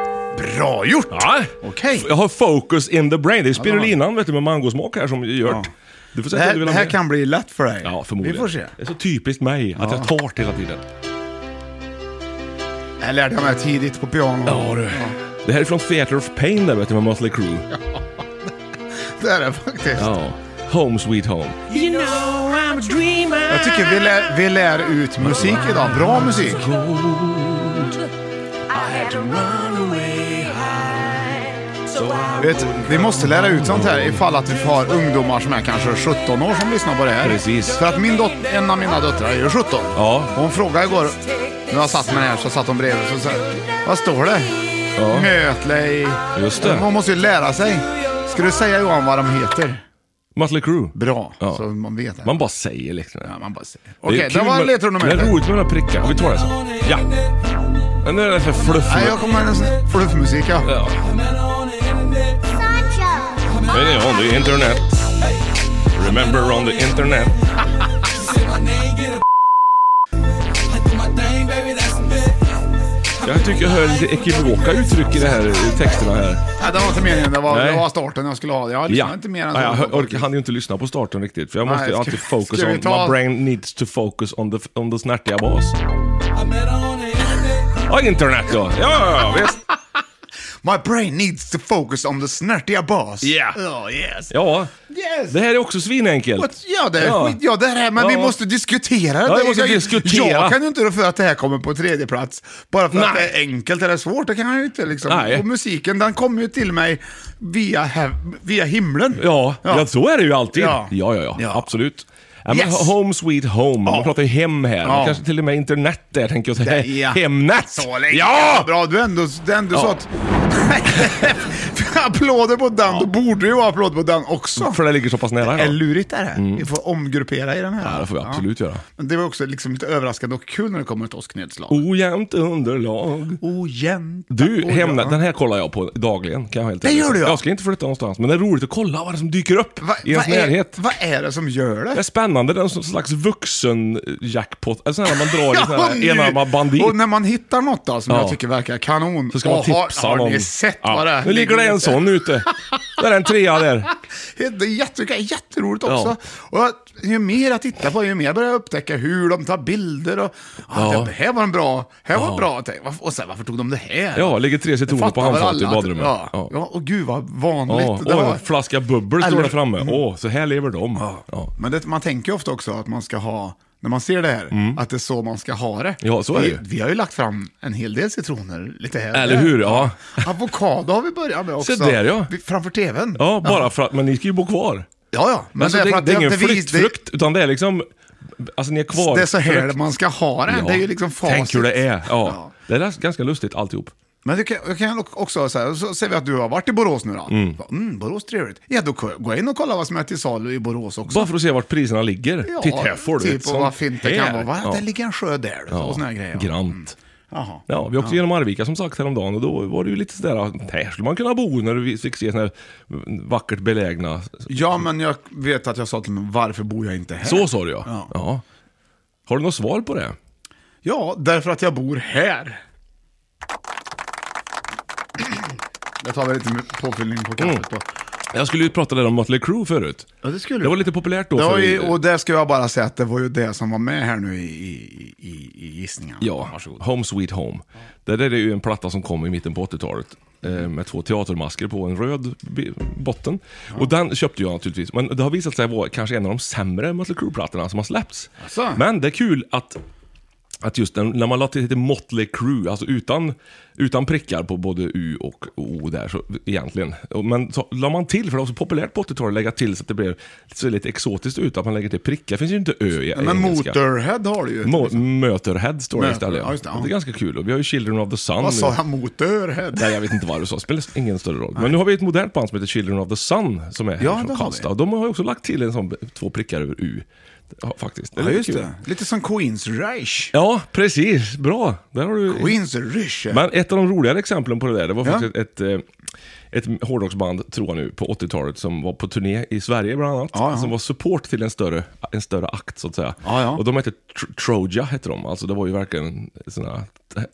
Speaker 4: Bra gjort!
Speaker 3: Ja.
Speaker 4: Okej.
Speaker 3: Jag har focus in the brain. Det är spirulinan vet du, med mangosmak här som gör
Speaker 4: Ja.
Speaker 3: Du får
Speaker 4: Det
Speaker 3: säga
Speaker 4: här,
Speaker 3: om du vill
Speaker 4: det
Speaker 3: ha
Speaker 4: här
Speaker 3: mer.
Speaker 4: kan bli lätt för dig.
Speaker 3: Ja, förmodligen.
Speaker 4: Vi får se.
Speaker 3: Det är så typiskt mig, att jag tar hela tiden.
Speaker 4: Det här lärde jag mig tidigt på piano.
Speaker 3: Ja du. Det här är från Theater of Pain där vet du, med Motley Crue.
Speaker 4: Det är det faktiskt.
Speaker 3: Ja. Home Sweet Home.
Speaker 4: Jag tycker vi lär, vi lär ut musik idag. Bra musik. Vet, vi måste lära ut sånt här ifall att vi har ungdomar som är kanske 17 år som lyssnar på det här.
Speaker 3: Precis.
Speaker 4: För att min dot- en av mina döttrar är ju 17.
Speaker 3: Ja.
Speaker 4: Hon frågade igår, när jag satt med den här så satt hon bredvid så sa vad står det?
Speaker 3: Ja.
Speaker 4: Mötley.
Speaker 3: Just det.
Speaker 4: Man måste ju lära sig. Ska du säga Johan vad de heter?
Speaker 3: Motley Crue.
Speaker 4: Bra,
Speaker 3: Ja.
Speaker 4: så man vet det.
Speaker 3: Man bara säger liksom.
Speaker 4: Ja, man bara säger.
Speaker 3: är
Speaker 4: Okej,
Speaker 3: kul
Speaker 4: det var
Speaker 3: med-
Speaker 4: ledtråd nummer
Speaker 3: Det är
Speaker 4: ett.
Speaker 3: roligt med de här prickarna. Vi tar det sen. Ja. Men nu är det för fluff.
Speaker 4: Nej, jag kommer med en sån här fluffmusik ja.
Speaker 3: Ja. Men det är on the internet. Remember on the internet. Jag tycker jag hör lite ekivoka uttryck i det här i texterna här.
Speaker 4: Nej, det var inte meningen. Det var,
Speaker 3: Nej.
Speaker 4: det var starten jag skulle ha. Jag lyssnade inte mer än
Speaker 3: Nej, jag
Speaker 4: så.
Speaker 3: hör- orkar, hann ju inte lyssna på starten riktigt. För jag
Speaker 4: Nej,
Speaker 3: måste ju
Speaker 4: ska-
Speaker 3: alltid
Speaker 4: ska
Speaker 3: focus
Speaker 4: vi
Speaker 3: on...
Speaker 4: ta-
Speaker 3: My brain needs to focus on the, on the snärtiga bas. Ja, internet ja. Ja, ja, ja, visst.
Speaker 4: My brain needs to focus on the snärtiga bas.
Speaker 3: Yeah.
Speaker 4: Oh, yes.
Speaker 3: Ja.
Speaker 4: Yes.
Speaker 3: Det här är också svinenkelt.
Speaker 4: What? Ja, det är
Speaker 3: Ja.
Speaker 4: skit. Ja, det här är, men
Speaker 3: Ja.
Speaker 4: vi måste diskutera det.
Speaker 3: Ja, vi
Speaker 4: Det-
Speaker 3: måste
Speaker 4: jag,
Speaker 3: diskutera.
Speaker 4: Jag kan ju inte rå för att det här kommer på tredje plats. Bara för att
Speaker 3: Nej.
Speaker 4: det är enkelt eller svårt, det kan jag ju inte liksom.
Speaker 3: Nej.
Speaker 4: Och musiken, den kommer ju till mig via, hev- via himlen.
Speaker 3: Ja, ja. så är det ju alltid. Ja,
Speaker 4: Ja.
Speaker 3: ja, ja,
Speaker 4: Ja.
Speaker 3: absolut. Ja, men
Speaker 4: Yes.
Speaker 3: Home sweet home. Man
Speaker 4: Ja.
Speaker 3: pratar ju hem här.
Speaker 4: Ja.
Speaker 3: Kanske till och med internet där, tänker jag säga.
Speaker 4: Det- ja.
Speaker 3: Hemnet!
Speaker 4: Så länge.
Speaker 3: Ja!
Speaker 4: Bra, du ändå, du ändå
Speaker 3: Ja.
Speaker 4: sa att... applåder på den, då borde det ju vara applåd på den också.
Speaker 3: För det ligger så pass nära.
Speaker 4: Det är
Speaker 3: Ja. Mm.
Speaker 4: lurigt är det. Vi får omgruppera i den här.
Speaker 3: Ja, det får vi absolut göra.
Speaker 4: Men det var också liksom lite överraskande och kul när det kommer ett oss knedslag.
Speaker 3: Ojämnt underlag.
Speaker 4: Ojämnt.
Speaker 3: Du,
Speaker 4: Oj,
Speaker 3: Hemnet,
Speaker 4: ja.
Speaker 3: den här kollar jag på dagligen. Kan jag helt
Speaker 4: Det
Speaker 3: ärligt
Speaker 4: gör
Speaker 3: säga.
Speaker 4: du, ja.
Speaker 3: Jag ska inte flytta någonstans, men det är roligt att kolla vad det är som dyker upp
Speaker 4: Va,
Speaker 3: i ens
Speaker 4: vad
Speaker 3: närhet.
Speaker 4: Är, vad är det som gör
Speaker 3: Det är
Speaker 4: det?
Speaker 3: spännande, det är en sån slags vuxen-jackpot. Alltså när man drar i sån
Speaker 4: och
Speaker 3: här
Speaker 4: nu-
Speaker 3: enarmad bandit.
Speaker 4: Och när man hittar något då, som
Speaker 3: Ja.
Speaker 4: jag tycker verkar kanon.
Speaker 3: Så ska man
Speaker 4: och har,
Speaker 3: tipsa
Speaker 4: har
Speaker 3: någon.
Speaker 4: ni sett
Speaker 3: Ja.
Speaker 4: vad det
Speaker 3: Nu ligger det en sån ute. Där är en trea där.
Speaker 4: Det är jätteroligt, jätteroligt också. Och ju mer jag tittar på, ju mer börjar jag upptäcka hur de tar bilder. Och, ah,
Speaker 3: Ja.
Speaker 4: det här var en bra, här var en bra. tänk. Varför- Och sen, varför tog de det här?
Speaker 3: Ja, ligger tre citroner
Speaker 4: Fattar
Speaker 3: på
Speaker 4: väl
Speaker 3: handfatet i
Speaker 4: alla att-
Speaker 3: badrummet.
Speaker 4: Ja.
Speaker 3: Ja.
Speaker 4: ja, och gud vad vanligt.
Speaker 3: Ja,
Speaker 4: det
Speaker 3: åh,
Speaker 4: var.
Speaker 3: en flaska bubbel står
Speaker 4: Eller-
Speaker 3: där framme. Åh,
Speaker 4: Mm.
Speaker 3: så här lever de. Ja.
Speaker 4: Men det, man tänker ju ofta också att man ska ha, när man ser det här, att det är så man ska ha det.
Speaker 3: Mm. Ja, så är det
Speaker 4: vi,
Speaker 3: ju.
Speaker 4: vi har ju lagt fram en hel del citroner lite här. och
Speaker 3: Eller
Speaker 4: där.
Speaker 3: hur? Ja.
Speaker 4: Avokado har vi börjat med också.
Speaker 3: Se där, ja.
Speaker 4: Vi- Framför tvn.
Speaker 3: ja, bara för att, men ni ska ju bo kvar.
Speaker 4: Ja, ja. Men
Speaker 3: alltså,
Speaker 4: det
Speaker 3: det,
Speaker 4: är
Speaker 3: det,
Speaker 4: för att
Speaker 3: är ingen
Speaker 4: det- det vis- det-
Speaker 3: flyktfrukt, utan det är liksom... Alltså ni är kvar.
Speaker 4: Det är så här
Speaker 3: frukt.
Speaker 4: man ska ha det.
Speaker 3: Ja.
Speaker 4: Det är ju liksom facit.
Speaker 3: Tänk hur det är. Ja.
Speaker 4: Ja.
Speaker 3: Det är ganska lustigt alltihop.
Speaker 4: Men du kan, jag kan också säga, så säger vi att du har varit i Borås nu då. Mm. Mm, Borås trevligt. Ja, då går jag in och kollar vad som är till salu i Borås också.
Speaker 3: Bara för att se vart priserna ligger.
Speaker 4: Ja,
Speaker 3: Titta här får du
Speaker 4: typ,
Speaker 3: ett
Speaker 4: och
Speaker 3: sånt
Speaker 4: vad fint det kan
Speaker 3: här.
Speaker 4: vara. Va?
Speaker 3: Ja.
Speaker 4: Där ligger en sjö där
Speaker 3: Ja,
Speaker 4: och såna här grejer. Mm.
Speaker 3: Grant.
Speaker 4: Jaha.
Speaker 3: Ja, vi åkte genom Arvika som sagt häromdagen och då var det ju lite sådär, här skulle man kunna bo när vi fick se såna här vackert belägna...
Speaker 4: Ja, men jag vet att jag sa till mig, varför bor jag inte här?
Speaker 3: Så sa du ja.
Speaker 4: Ja.
Speaker 3: ja. Har du något svar på det?
Speaker 4: Ja, därför att jag bor här. Jag tar väl lite påfyllning på
Speaker 3: Mm.
Speaker 4: kaffet då.
Speaker 3: Jag skulle ju prata lite om Mötley Crüe förut.
Speaker 4: Ja, det skulle
Speaker 3: Det var
Speaker 4: du.
Speaker 3: lite populärt då.
Speaker 4: Det var
Speaker 3: för-
Speaker 4: ju, och där ska jag bara säga att det var ju det som var med här nu i, i, i, i gissningarna.
Speaker 3: Ja, Home Sweet Home. Det där är ju en platta som kom i mitten på 80-talet. eh, Med två teatermasker på en röd bi- botten. Och den köpte jag naturligtvis. Men det har visat sig vara kanske en av de sämre Mötley Crüe-plattorna som har släppts.
Speaker 4: Asså?
Speaker 3: Men det är kul att, att just den, när man la till lite Motley Crüe, alltså utan, utan prickar på både U och O där så, egentligen. Och- Men så la man till, för det var så populärt på 80-talet att lägga till så att det blev så lite exotiskt ut att man lägger till prickar. finns ju inte Ö i
Speaker 4: Men
Speaker 3: engelska.
Speaker 4: Motorhead har du ju.
Speaker 3: Mo Möterhead står det
Speaker 4: Liksom. Möter-
Speaker 3: istället.
Speaker 4: ja, just det, ja.
Speaker 3: det är ganska kul. Och vi har ju Children of the Sun.
Speaker 4: Vad sa
Speaker 3: nu.
Speaker 4: jag? Motorhead?
Speaker 3: Nej, jag vet inte vad du sa. Spelar ingen större roll. Men nu har vi ett modernt band som heter Children of the Sun som är här
Speaker 4: Ja, det
Speaker 3: från
Speaker 4: har
Speaker 3: Karlstad. Och de har ju också lagt till en sån två prickar över U. Ja, faktiskt. är
Speaker 4: Ja,
Speaker 3: lite
Speaker 4: just
Speaker 3: kul.
Speaker 4: det. Lite som Queens Reich.
Speaker 3: Ja, precis. Bra. Där har du...
Speaker 4: Queens Reich. ja.
Speaker 3: Men ett av de roligare exemplen på det där, det var
Speaker 4: Ja.
Speaker 3: faktiskt ett, eh, ett hårdrocksband, tror jag nu, på 80-talet som var på turné i Sverige bland annat.
Speaker 4: Ja, ja.
Speaker 3: Som var support till en större, en större akt, så att säga.
Speaker 4: Ja, ja.
Speaker 3: Och de hette Tr- Troja, hette de. Alltså det var ju verkligen sådana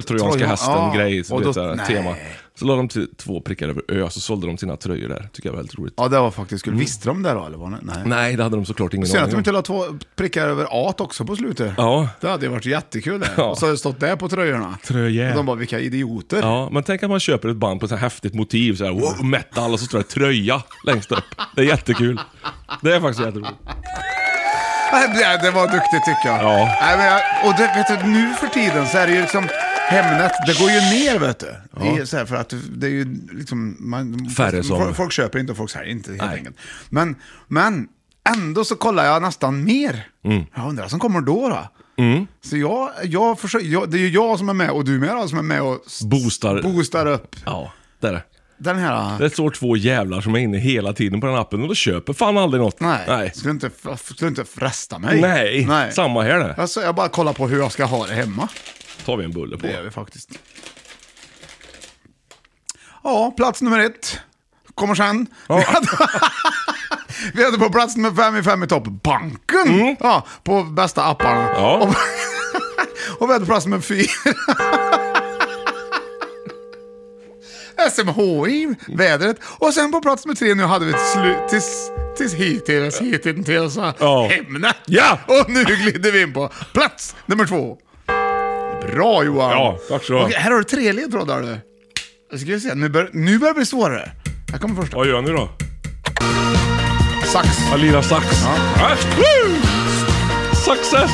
Speaker 3: trojanska
Speaker 4: Troja,
Speaker 3: hästen-grej,
Speaker 4: ja.
Speaker 3: så
Speaker 4: Och
Speaker 3: du vet,
Speaker 4: då-
Speaker 3: sådär,
Speaker 4: nej.
Speaker 3: tema. Så la de till två prickar över ö, så sålde de sina tröjor där. Tycker jag var väldigt roligt.
Speaker 4: Ja, det var faktiskt kul. Visste de det då, eller? Var det? Nej.
Speaker 3: Mm. Nej, det hade de såklart ingen
Speaker 4: Synd att
Speaker 3: aning
Speaker 4: de
Speaker 3: om.
Speaker 4: inte la två prickar över A också på slutet.
Speaker 3: Ja.
Speaker 4: Det hade ju varit jättekul det.
Speaker 3: Ja.
Speaker 4: Och så hade det stått där på tröjorna.
Speaker 3: Tröja.
Speaker 4: Och de bara, vilka idioter.
Speaker 3: Ja, men tänk att man köper ett band på ett så här häftigt motiv, så här, wow, metal, och så står det tröja längst upp. Det är jättekul. Det är faktiskt jätteroligt.
Speaker 4: Nej, det- Det var duktigt tycker jag.
Speaker 3: Ja.
Speaker 4: Nej, men jag och det, vet du, nu för tiden så är det ju liksom Hemnet, det går ju ner vet du. Det är så här för att det är ju liksom... Man,
Speaker 3: Färre som-
Speaker 4: folk, folk köper inte och folk säljer inte helt
Speaker 3: Nej.
Speaker 4: enkelt. Men, men ändå så kollar jag nästan mer.
Speaker 3: Mm.
Speaker 4: Jag undrar vad som kommer då då. Så jag, jag försöker, jag, det är ju jag som är med och du med då, som är med och s-
Speaker 3: Boostar.
Speaker 4: boostar upp
Speaker 3: Ja, det är det.
Speaker 4: den här...
Speaker 3: Det står två jävlar som är inne hela tiden på den appen och de köper fan aldrig något.
Speaker 4: Nej,
Speaker 3: Nej.
Speaker 4: Skulle, inte, f- skulle inte fresta mig.
Speaker 3: Nej, samma här det.
Speaker 4: Alltså, jag bara kollar på hur jag ska ha det hemma.
Speaker 3: tar vi en bulle på.
Speaker 4: Det gör vi faktiskt. Ja, plats nummer ett kommer sen. Vi, hade, vi hade på plats nummer fem i fem i topp, banken.
Speaker 3: Mm.
Speaker 4: Ja, på bästa apparna.
Speaker 3: Ja.
Speaker 4: Och, och vi hade plats nummer fyra. SMHI, vädret. Och sen på plats nummer tre nu hade vi till slut, tills, tills hittills, hittills,
Speaker 3: Ja.
Speaker 4: Hemnet.
Speaker 3: Ja!
Speaker 4: Och nu glider vi in på plats nummer två. Bra Johan!
Speaker 3: Ja, tack så
Speaker 4: Okej, här har du tre ledtrådar du. Nu ska vi se, nu börjar, nu börjar det bli svårare. Här kommer första.
Speaker 3: Vad gör jag nu då?
Speaker 4: Sax.
Speaker 3: Jag lirar sax. Ja. Woo! Success!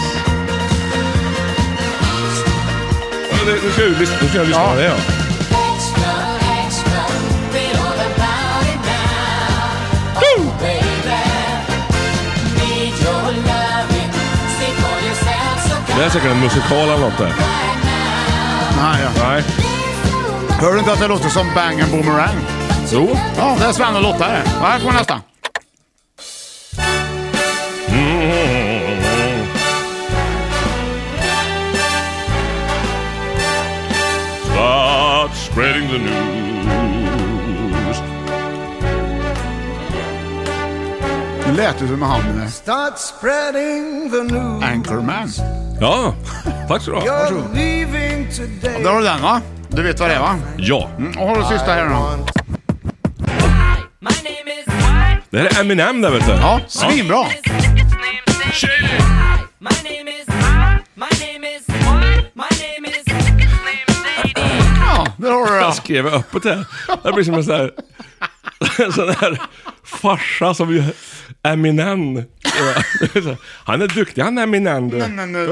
Speaker 3: Ja, det- Nu ska jag ju lyssna, nu ska jag lyssna
Speaker 4: Ja.
Speaker 3: på det. Ja.
Speaker 6: Oh,
Speaker 3: Det är säkert en musikal eller något där.
Speaker 4: Nej, ja.
Speaker 3: Nej.
Speaker 4: Hör du inte att det låter som Bang and Boomerang?
Speaker 3: Jo.
Speaker 4: Ja, det är Sven och Lotta det. Ja, här kommer nästa.
Speaker 3: Start spreading the news.
Speaker 4: Nu lät du som han eh,
Speaker 5: Start spreading the news.
Speaker 4: Anchorman.
Speaker 3: Ja, tack så du ha.
Speaker 5: You're leaving today.
Speaker 4: Där har du den va? Du vet vad det är va?
Speaker 3: Ja.
Speaker 4: Mm, och har du sista här nu då.
Speaker 3: Det här är Eminem där vet du.
Speaker 4: Ja, svinbra. Ja, där har du
Speaker 3: Jag
Speaker 4: det.
Speaker 3: skrev öppet det. Det blir som en sån här... En sån här farsa som ju... Eminem. Han är duktig, han är Eminem du.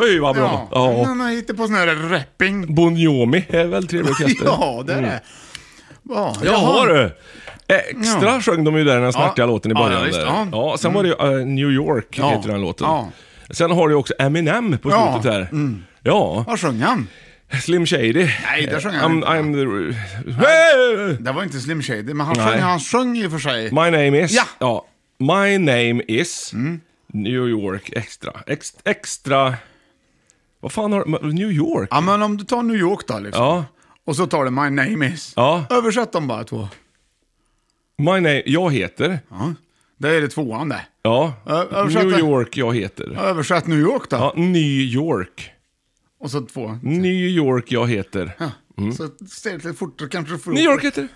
Speaker 3: Oj, vad bra.
Speaker 4: Ja.
Speaker 3: Ja.
Speaker 4: Han har hittat på sån här rapping.
Speaker 3: Bon Jovi är väl trevlig orkester?
Speaker 4: Ja, det är det. Ja,
Speaker 3: Jaha du! Extra sjöng de ju där den här snartiga
Speaker 4: Ja.
Speaker 3: låten i
Speaker 4: Ja,
Speaker 3: början.
Speaker 4: ja, visst,
Speaker 3: där.
Speaker 4: ja. Mm.
Speaker 3: ja, sen var det ju eh, New York,
Speaker 4: Ja.
Speaker 3: heter den låten.
Speaker 4: Ja.
Speaker 3: Sen har du ju också Eminem på
Speaker 4: Ja.
Speaker 3: slutet här. Ja,
Speaker 4: Vad sjöng han?
Speaker 3: Slim Shady.
Speaker 4: Nej, där sjöng han
Speaker 3: I'm,
Speaker 4: inte.
Speaker 3: I'm the... Hey!
Speaker 4: Det var inte Slim Shady, men han
Speaker 3: Nej.
Speaker 4: sjöng, han sjöng i och för sig.
Speaker 3: My name is...
Speaker 4: Ja.
Speaker 3: My name is... New York extra. Ex, extra... Vad fan har... New York?
Speaker 4: Ja, men om du tar New York då liksom.
Speaker 3: Ja.
Speaker 4: Och så tar du My name is.
Speaker 3: Ja.
Speaker 4: Översätt dem bara två.
Speaker 3: My name... Jag heter...
Speaker 4: Ja. Där är det tvåan det.
Speaker 3: Ja.
Speaker 4: Ö- översätt
Speaker 3: New
Speaker 4: det.
Speaker 3: York, jag heter.
Speaker 4: Översätt New York då.
Speaker 3: Ja, Mm. New York.
Speaker 4: Och så två.
Speaker 3: New York, jag heter.
Speaker 4: Ja. Så säg det lite fortare kanske du får
Speaker 3: Mm. New
Speaker 4: ihop
Speaker 3: York heter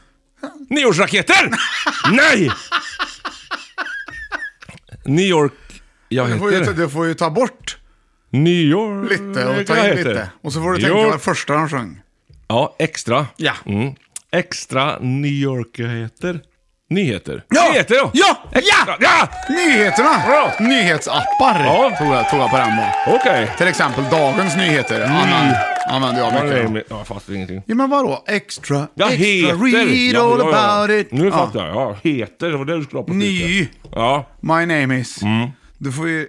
Speaker 3: Nyårsraketer! Nej! New York, jag
Speaker 4: det. Du får, ju,
Speaker 3: heter.
Speaker 4: du får ju ta bort
Speaker 3: New York,
Speaker 4: lite och ta
Speaker 3: jag
Speaker 4: in
Speaker 3: heter.
Speaker 4: lite. Och så får du
Speaker 3: New
Speaker 4: tänka
Speaker 3: York-
Speaker 4: vad första han sjöng.
Speaker 3: Ja, extra.
Speaker 4: Ja.
Speaker 3: Mm. Extra New York, jag heter. Nyheter.
Speaker 4: Ja!
Speaker 3: Nyheter, ja!
Speaker 4: Ja!
Speaker 3: Extra. ja!
Speaker 4: Nyheterna!
Speaker 3: Bra.
Speaker 4: Nyhetsappar
Speaker 3: Ja.
Speaker 4: tog, jag, tog jag på den då.
Speaker 3: Okej.
Speaker 4: Till exempel Dagens Nyheter
Speaker 3: Mm.
Speaker 4: använder, använder jag
Speaker 3: Okay.
Speaker 4: mycket.
Speaker 3: Jag fattar ingenting.
Speaker 4: Ja men vadå? Extra,
Speaker 3: Jag
Speaker 4: extra,
Speaker 3: heter.
Speaker 4: read
Speaker 3: Ja,
Speaker 4: all
Speaker 3: ja, ja.
Speaker 4: about it.
Speaker 3: Nu
Speaker 4: Ja.
Speaker 3: fattar jag. Ja, heter. Det var det du skulle ha på slutet.
Speaker 4: Ny.
Speaker 3: Ja.
Speaker 4: My name is.
Speaker 3: Mm.
Speaker 4: Du får ju...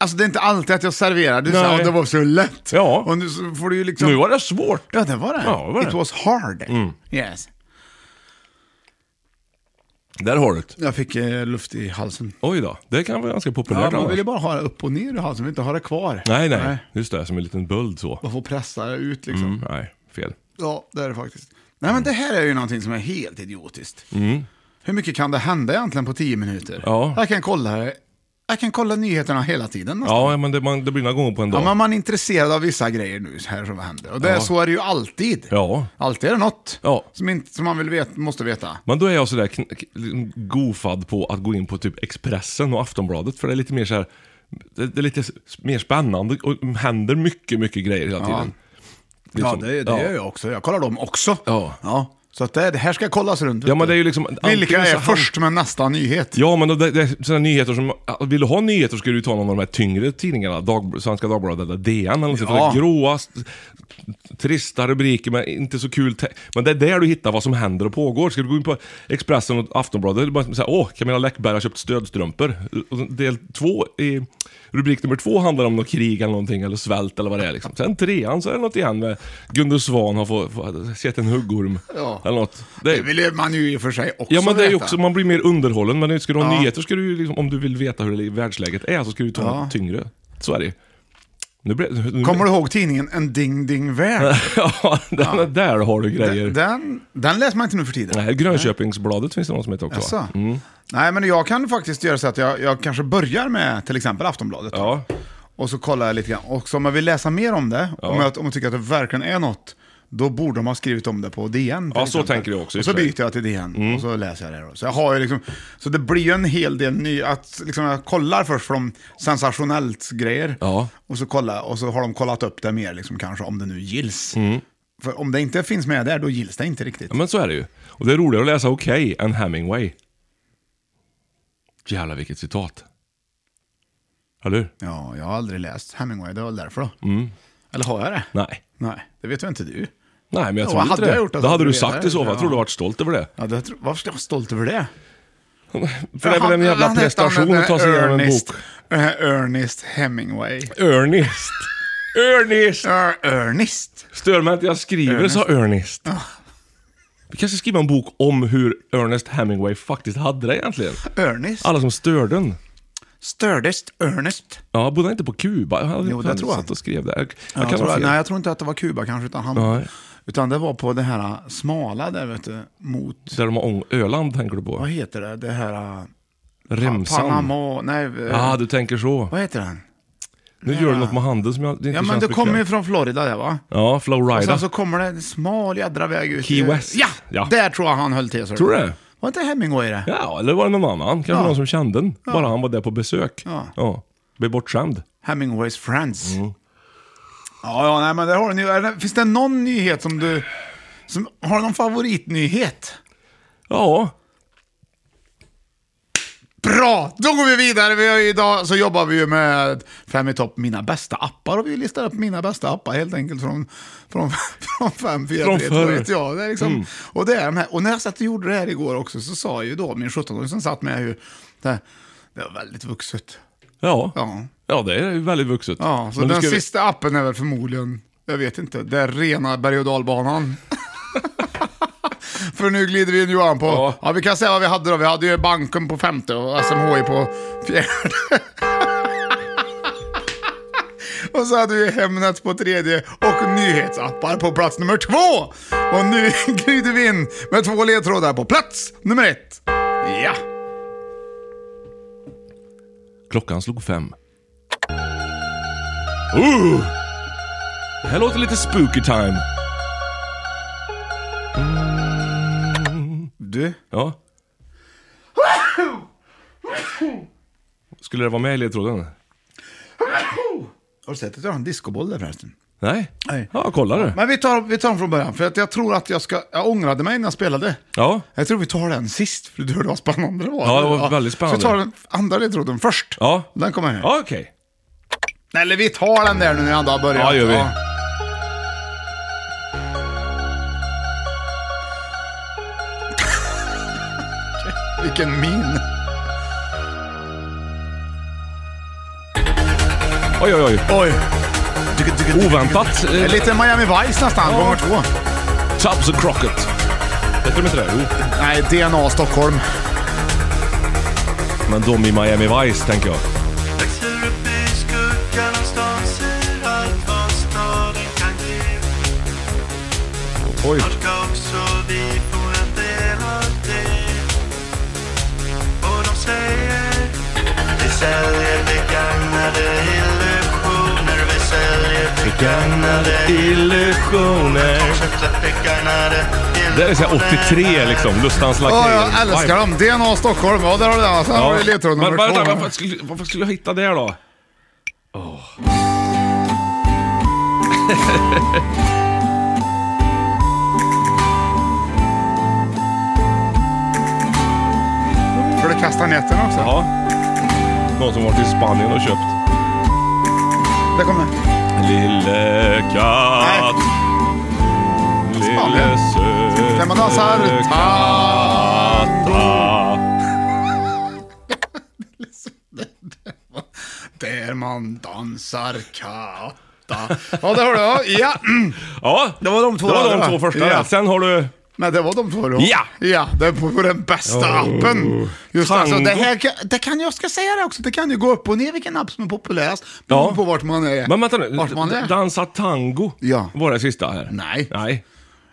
Speaker 4: Alltså det är inte alltid att jag serverar. Du sa
Speaker 3: Nej.
Speaker 4: "Åh, det var så lätt.
Speaker 3: Ja.
Speaker 4: Och nu så får du ju liksom...
Speaker 3: Nu var det svårt.
Speaker 4: Ja, det var det.
Speaker 3: Ja, det var det. Mm.
Speaker 4: It was hard. Yes.
Speaker 3: Där har du det.
Speaker 4: Jag fick eh, luft i halsen.
Speaker 3: Oj då. Det kan vara ganska populärt
Speaker 4: Ja, man
Speaker 3: annars.
Speaker 4: vill ju bara ha det upp och ner i halsen, man vill inte ha det kvar.
Speaker 3: Nej, nej, Just det, som en liten böld så.
Speaker 4: Man får pressa det ut liksom.
Speaker 3: Mm, nej, fel.
Speaker 4: Ja, det är det faktiskt. Nej, men det här är ju någonting som är helt idiotiskt. Hur mycket kan det hända egentligen på tio minuter?
Speaker 3: Mm. Ja.
Speaker 4: Jag kan kolla, jag kan kolla nyheterna hela tiden. nästan.
Speaker 3: Ja, men det, man, det blir några gånger på en dag.
Speaker 4: Ja, men man är intresserad av vissa grejer nu här som händer. Och det, så är det ju alltid.
Speaker 3: Ja.
Speaker 4: Alltid är det något
Speaker 3: Ja.
Speaker 4: som, inte, som man vill veta, måste veta.
Speaker 3: Men då är jag sådär kn- k- liksom gofad på att gå in på typ Expressen och Aftonbladet, för det är lite mer så här, det, det är lite s- mer spännande och det händer mycket, mycket grejer hela tiden. Liksom,
Speaker 4: ja, det, det gör jag också. Jag kollar dem också.
Speaker 3: Ja.
Speaker 4: Så att det, det här ska kollas runt. vet
Speaker 3: Ja, men
Speaker 4: du.
Speaker 3: det är ju liksom-
Speaker 4: Vilka
Speaker 3: antingen
Speaker 4: är
Speaker 3: så han-
Speaker 4: först med nästa nyhet?
Speaker 3: Ja, men det, det är sådana nyheter som... Vill du ha nyheter så ska du ju ta någon av de här tyngre tidningarna. Dag, Svenska Dagbladet eller DN eller något sånt.
Speaker 4: Ja.
Speaker 3: där Gråa, st- trista rubriker men inte så kul. te- Men det är där du hittar vad som händer och pågår. Ska du gå in på Expressen och Aftonbladet, då är det bara att säga åh, Camilla Läckberg har köpt stödstrumpor. Och Del två, i rubrik nummer två handlar om något krig eller någonting, eller svält eller vad det är liksom. Sen trean så är det något igen med Gunde Svan har fått, fått, sett en huggorm.
Speaker 4: Ja.
Speaker 3: Eller något.
Speaker 4: Det vill man ju i och för sig också
Speaker 3: Ja men det är ju
Speaker 4: veta.
Speaker 3: också, man blir mer underhållen. Men ska du ha nyheter, ska du ju liksom, om du vill veta hur det i världsläget är, så ska du ta något tyngre. Så är det ju. nu blir, nu,
Speaker 4: Kommer du ihåg tidningen En Ding Ding Värld?
Speaker 3: Ja, den, där har du grejer.
Speaker 4: Den- Den, den läser man inte nu för tiden.
Speaker 3: Nej, Grönköpingsbladet finns det någon som heter också.
Speaker 4: Jaså? Nej, men jag kan faktiskt göra så att jag, jag kanske börjar med till exempel Aftonbladet. då.
Speaker 3: Ja.
Speaker 4: Och så kollar jag lite grann. Och så om jag vill läsa mer om det, om, jag, om jag tycker att det verkligen är något, då borde de ha skrivit om det på DN. till
Speaker 3: Ja, så
Speaker 4: exempel.
Speaker 3: tänker jag också, i
Speaker 4: Och så
Speaker 3: och för sig. Mm.
Speaker 4: byter jag till DN och så läser jag det. Då. Så, jag har ju liksom, så det blir ju en hel del ny... Att liksom jag kollar först från sensationellt grejer.
Speaker 3: Ja.
Speaker 4: Och, så kollar, och så har de kollat upp det mer, liksom, kanske om det nu gills.
Speaker 3: Mm.
Speaker 4: För om det inte finns med där, då gills det inte riktigt.
Speaker 3: ja, men så är det ju. Och det är roligare att läsa Okej än Hemingway. Jävlar vilket citat. Eller hur?
Speaker 4: Ja, jag har aldrig läst Hemingway, det var väl därför då.
Speaker 3: Mm.
Speaker 4: Eller har jag det?
Speaker 3: Nej.
Speaker 4: Nej, det vet väl inte du.
Speaker 3: Nej, men jag
Speaker 4: Jo,
Speaker 3: tror
Speaker 4: hade
Speaker 3: inte
Speaker 4: jag
Speaker 3: det.
Speaker 4: gjort det
Speaker 3: det,
Speaker 4: så
Speaker 3: hade
Speaker 4: hade
Speaker 3: du
Speaker 4: du
Speaker 3: sagt
Speaker 4: vetat
Speaker 3: i så fall.
Speaker 4: det,
Speaker 3: Jag tror
Speaker 4: ja.
Speaker 3: du varit stolt över det.
Speaker 4: Ja, det tror, varför ska jag vara stolt över det?
Speaker 3: För det är väl en jävla prestation att ta sig igenom en bok.
Speaker 4: eh, Ernest Hemingway.
Speaker 3: Ernest. Ernest!
Speaker 4: Er, Ernest?
Speaker 3: Stör mig inte jag skriver, sa Ernest.
Speaker 4: Ah.
Speaker 3: Vi kanske skriver en bok om hur Ernest Hemingway faktiskt hade det egentligen.
Speaker 4: Ernest?
Speaker 3: Alla som störde den.
Speaker 4: Stördest Ernest?
Speaker 3: Ja, bodde han inte på Kuba? Han,
Speaker 4: Jo, det
Speaker 3: han
Speaker 4: tror jag.
Speaker 3: satt och skrev där. Jag,
Speaker 4: Ja, Jag
Speaker 3: kan
Speaker 4: tror,
Speaker 3: ha fel.
Speaker 4: nej, jag tror inte att det var Kuba kanske, utan, han,
Speaker 3: Nej.
Speaker 4: utan det var på det här eh, smala där, vet du, mot...
Speaker 3: Där de har ång- Öland tänker du på?
Speaker 4: Vad heter det? Det här... eh,
Speaker 3: Remsan?
Speaker 4: Panama... Nej, eh,
Speaker 3: Ja, ah, du tänker så.
Speaker 4: vad heter den?
Speaker 3: Nu gör du något med handen som jag det inte
Speaker 4: Ja, men
Speaker 3: känns
Speaker 4: det kommer ju
Speaker 3: bekvämt.
Speaker 4: från Florida det va?
Speaker 3: Ja,
Speaker 4: Och
Speaker 3: Flowrida.
Speaker 4: sen så kommer det en smal jädra väg ut.
Speaker 3: Key
Speaker 4: i-
Speaker 3: West.
Speaker 4: Ja,
Speaker 3: Ja.
Speaker 4: där tror jag han höll till. Sir.
Speaker 3: Tror du det?
Speaker 4: Var inte Hemingway det?
Speaker 3: Ja, eller var det någon annan? Kanske
Speaker 4: Ja.
Speaker 3: någon som kände den.
Speaker 4: Ja.
Speaker 3: Bara han var där på besök.
Speaker 4: Ja.
Speaker 3: Blev bortskämd.
Speaker 4: Hemingways Friends.
Speaker 3: Mm.
Speaker 4: Ja, ja, nej, men där har du, ny- är det- Finns det någon nyhet som du... Som, har du någon favoritnyhet?
Speaker 3: Ja.
Speaker 4: Bra! Då går vi vidare. Vi har ju idag så jobbar vi ju med Fem i topp, mina bästa appar. Och vi listar upp mina bästa appar helt enkelt från, från, från fem, fyra,
Speaker 3: Från
Speaker 4: tre, två,
Speaker 3: förr. Mm.
Speaker 4: ett. Ja, det är liksom, och, det är de här, och när jag satt och gjorde det här igår också så sa ju då min 17-åring som satt med hur det, här, det var väldigt vuxet.
Speaker 3: Ja. ja.
Speaker 4: Ja,
Speaker 3: det är ju väldigt vuxet.
Speaker 4: ja så
Speaker 3: Men nu
Speaker 4: den
Speaker 3: ska vi-
Speaker 4: sista appen är väl förmodligen, jag vet inte, det är rena berg och dalbanan. För nu glider vi in Johan på, ja.
Speaker 3: Ja.
Speaker 4: vi kan säga vad vi hade då. Vi hade ju banken på femte och SMHI på fjärde. Och så hade vi Hemnet på tredje och nyhetsappar på plats nummer två. Och nu glider vi in med två ledtrådar på plats nummer ett. Ja.
Speaker 3: Klockan slog fem. Ooh! Det här låter lite spooky time.
Speaker 4: Du?
Speaker 3: Ja. Skulle det vara med i ledtråden?
Speaker 4: Har du sett att jag har en discoboll där förresten?
Speaker 3: Nej?
Speaker 4: Nej.
Speaker 3: Ja, kolla det.
Speaker 4: Men vi tar, vi tar dem från början, för att jag tror att jag ska... Jag ångrade mig när jag spelade.
Speaker 3: Ja.
Speaker 4: Jag tror vi tar den sist, för du hörde vad spännande det var.
Speaker 3: Ja, det var väldigt spännande.
Speaker 4: Så vi tar den andra ledtråden först.
Speaker 3: Ja.
Speaker 4: Den kommer här.
Speaker 3: Ja, okej.
Speaker 4: Eller vi tar den där nu när jag ändå har börjat.
Speaker 3: Ja, gör vi.
Speaker 4: Vilken min.
Speaker 3: Oj, oj, oj.
Speaker 4: Oj.
Speaker 3: Oväntat.
Speaker 4: Det är
Speaker 3: Eh,
Speaker 4: lite Miami Vice nästan, gånger två.
Speaker 3: Tubbs och Crockett. Heter de inte det? Jo.
Speaker 4: Nej, DNA Stockholm.
Speaker 3: Men de i Miami Vice, tänker jag.
Speaker 5: Växer upp i skuggan av stan, ser allt vad staden kan ge.
Speaker 3: Oj.
Speaker 5: Snart ska också vi få en del av det. Och de säger, vi säljer begagnade illusioner. Vi säljer begagnade
Speaker 3: Illusioner.
Speaker 5: Köpta begagnade
Speaker 3: Det här är
Speaker 5: illusioner.
Speaker 3: såhär 83 liksom. Lustans
Speaker 4: Ja,
Speaker 3: lakrits.
Speaker 4: jag älskar dem. DNA Stockholm, ja där har du den. Sen har vi ledtråd
Speaker 3: Men
Speaker 4: nummer
Speaker 3: vänta,
Speaker 4: två.
Speaker 3: varför skulle, varför skulle jag hitta det då? Åh.
Speaker 4: För du kastar näten också.
Speaker 3: Ja. Någon som varit i Spanien och köpt.
Speaker 4: Där kommer
Speaker 3: Lille katt. Lille
Speaker 4: Spanien.
Speaker 3: söta
Speaker 4: När man dansar
Speaker 3: katta.
Speaker 4: Där man dansar katta. Ja, där har du. ja. Ja. mm.
Speaker 3: Ja,
Speaker 4: Det var de två
Speaker 3: det var
Speaker 4: där,
Speaker 3: de
Speaker 4: va?
Speaker 3: två första.
Speaker 4: Ja.
Speaker 3: där. Sen har du...
Speaker 4: Nej, det var de två då.
Speaker 3: Ja.
Speaker 4: Ja, det var den bästa appen. Just
Speaker 3: Tango.
Speaker 4: alltså, det här kan, det kan jag ska säga det också, det kan ju gå upp och ner vilken app som är populärast. Beroende
Speaker 3: Ja.
Speaker 4: på vart man är.
Speaker 3: Men vänta nu.
Speaker 4: Vart man är.
Speaker 3: Dansa tango
Speaker 4: Ja.
Speaker 3: var det sista här.
Speaker 4: Nej.
Speaker 3: Nej.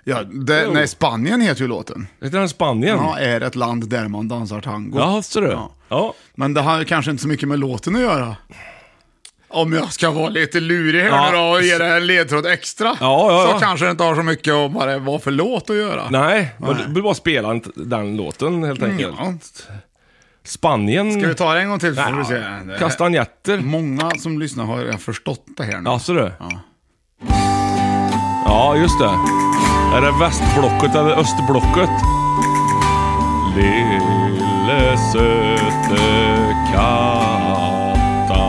Speaker 4: ja, det,
Speaker 3: Jo.
Speaker 4: nej, Spanien heter ju låten.
Speaker 3: Heter den Spanien?
Speaker 4: Ja, är ett land där man dansar tango.
Speaker 3: Mm. Ja, ser du.
Speaker 4: Ja.
Speaker 3: Ja.
Speaker 4: Men det har ju kanske inte så mycket med låten att göra. Om jag ska vara lite lurig här
Speaker 3: Ja.
Speaker 4: nu då och ge det här en ledtråd extra.
Speaker 3: Ja, ja, ja.
Speaker 4: Så kanske det inte har så mycket om vad det var för låt att göra.
Speaker 3: Nej, men du vill bara spela den- den låten helt enkelt.
Speaker 4: Ja.
Speaker 3: Spanien...
Speaker 4: Ska vi ta det en gång till? så får vi
Speaker 3: Nej,
Speaker 4: se. Mm. Det-
Speaker 3: Kastanjetter.
Speaker 4: Många som lyssnar har redan förstått det här nu.
Speaker 3: Ja, ser du?
Speaker 4: Ja.
Speaker 3: Ja, just det. Är det västblocket eller östblocket? Lille söte katta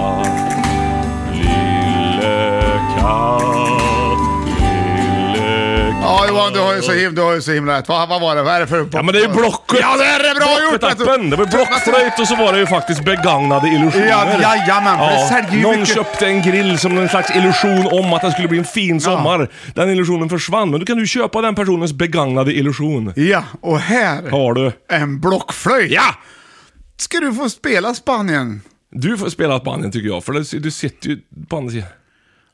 Speaker 3: Lille katt Lille katt
Speaker 4: Ja, Johan, du har ju så himla, du har ju så himla rätt. Vad, vad var det? Vad är det för...
Speaker 3: Ja men det är ju blocket!
Speaker 4: Ja, det är det bra gjort! vet du.
Speaker 3: Blocketappen! Det var blockflöjt och så var det ju faktiskt begagnade illusioner.
Speaker 4: Ja, jajamän, för det säljer ju
Speaker 3: Någon
Speaker 4: mycket-
Speaker 3: köpte en grill som en slags illusion om att det skulle bli en fin sommar. Den illusionen försvann, men då kan du köpa den personens begagnade illusion.
Speaker 4: Ja, och här...
Speaker 3: Har du.
Speaker 4: En blockflöjt! Ja! Ska du få spela Spanien?
Speaker 3: Du får spela banden tycker jag, för det- du sitter ju på andra sidan.